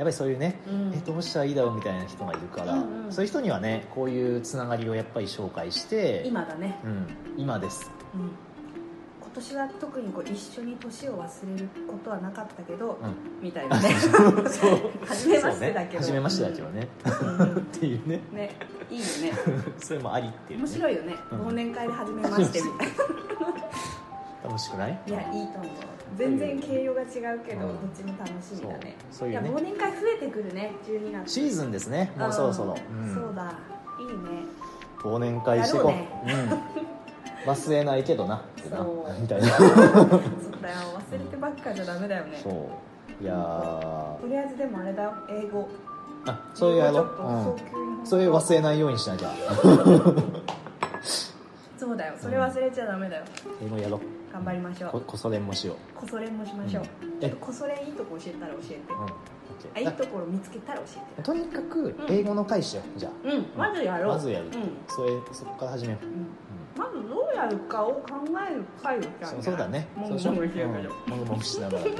ぱりそういうね。
うん
えどうしたらいいだろうみたいな人がいるから、
うんうん
そういう人にはねこういうつながりをやっぱり紹介して、
今だね、
うん、今 です
うん、今年は特にこう一緒に年を忘れることはなかったけど、
う
みたいな ね
そう
初めましてだけど、
そうね、初めましてだけどね、
うんうん
っていうね
ねいいよね
それもありっていう、ね、
面白いよね
うん
忘年会で初めましてみたい
楽しくない
ないやいいと思う全然形容が違うけど、
うん
どっちも楽しみ
そう
だね
そう
い
い
や
うね
忘年会増えてくるね12月
シーズンですねもうそろそろ、
うん
うん
そうだいい ね
忘年会してこう
やろ
うん、忘れないけどなってな
そう
みたいな
そうだよ忘れてばっかじゃダメだよね
そういやー
とりあえずでもあれだよ英語
あそういうやろ
う
う、
早急に
うん、それ忘れないようにしなきゃ
そうだよそれ忘れちゃダメだよ
英語やろう
頑張りましょ
こ
う
こそれもしよ
こそれもしましょう
う、ん
ちょっとこそれいいとこ教えたら教えて
う、うん、オッ
あ
ケ
い
ー
いところ見つけたら教え
あとにかく英語の会しようじゃ
てうんまずや
あ
ろう
まずやる、
うん
それそこから始めよう
うんまずどうやるかを考える会をじゃん
そうそうだね。
も
そう
ぐ
しよ
も
う
ぐしようよ
うんもぐもぐしながらね。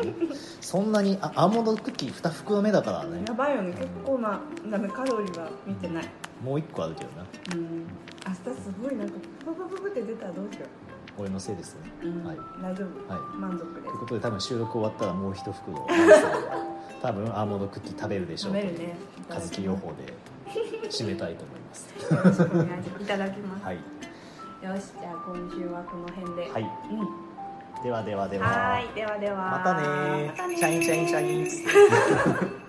そんなにあアーモンドクッキー二袋目だからね
や。ばいよね結構なダメカロリーは見てない
もう一個あるけどな。
うん明日すごいなんかププププって出たらどうしよ
俺のせいですね。
う、うん
はい
大丈夫
はい。
満足で
という
す
ことで多分収録終わったらもう一 袋。多分アーモンドクッキー食べるでしょ
食
うと
べ
いう。
るね
カズキ予報で締めたいと思います。
よろしくお願いしますいただきます、
はい
よしじゃあ今週はこの辺で、
はいい。
うん
ではではでは。
はーいではでは
またねー
またねー
チャインチャインチャインっつって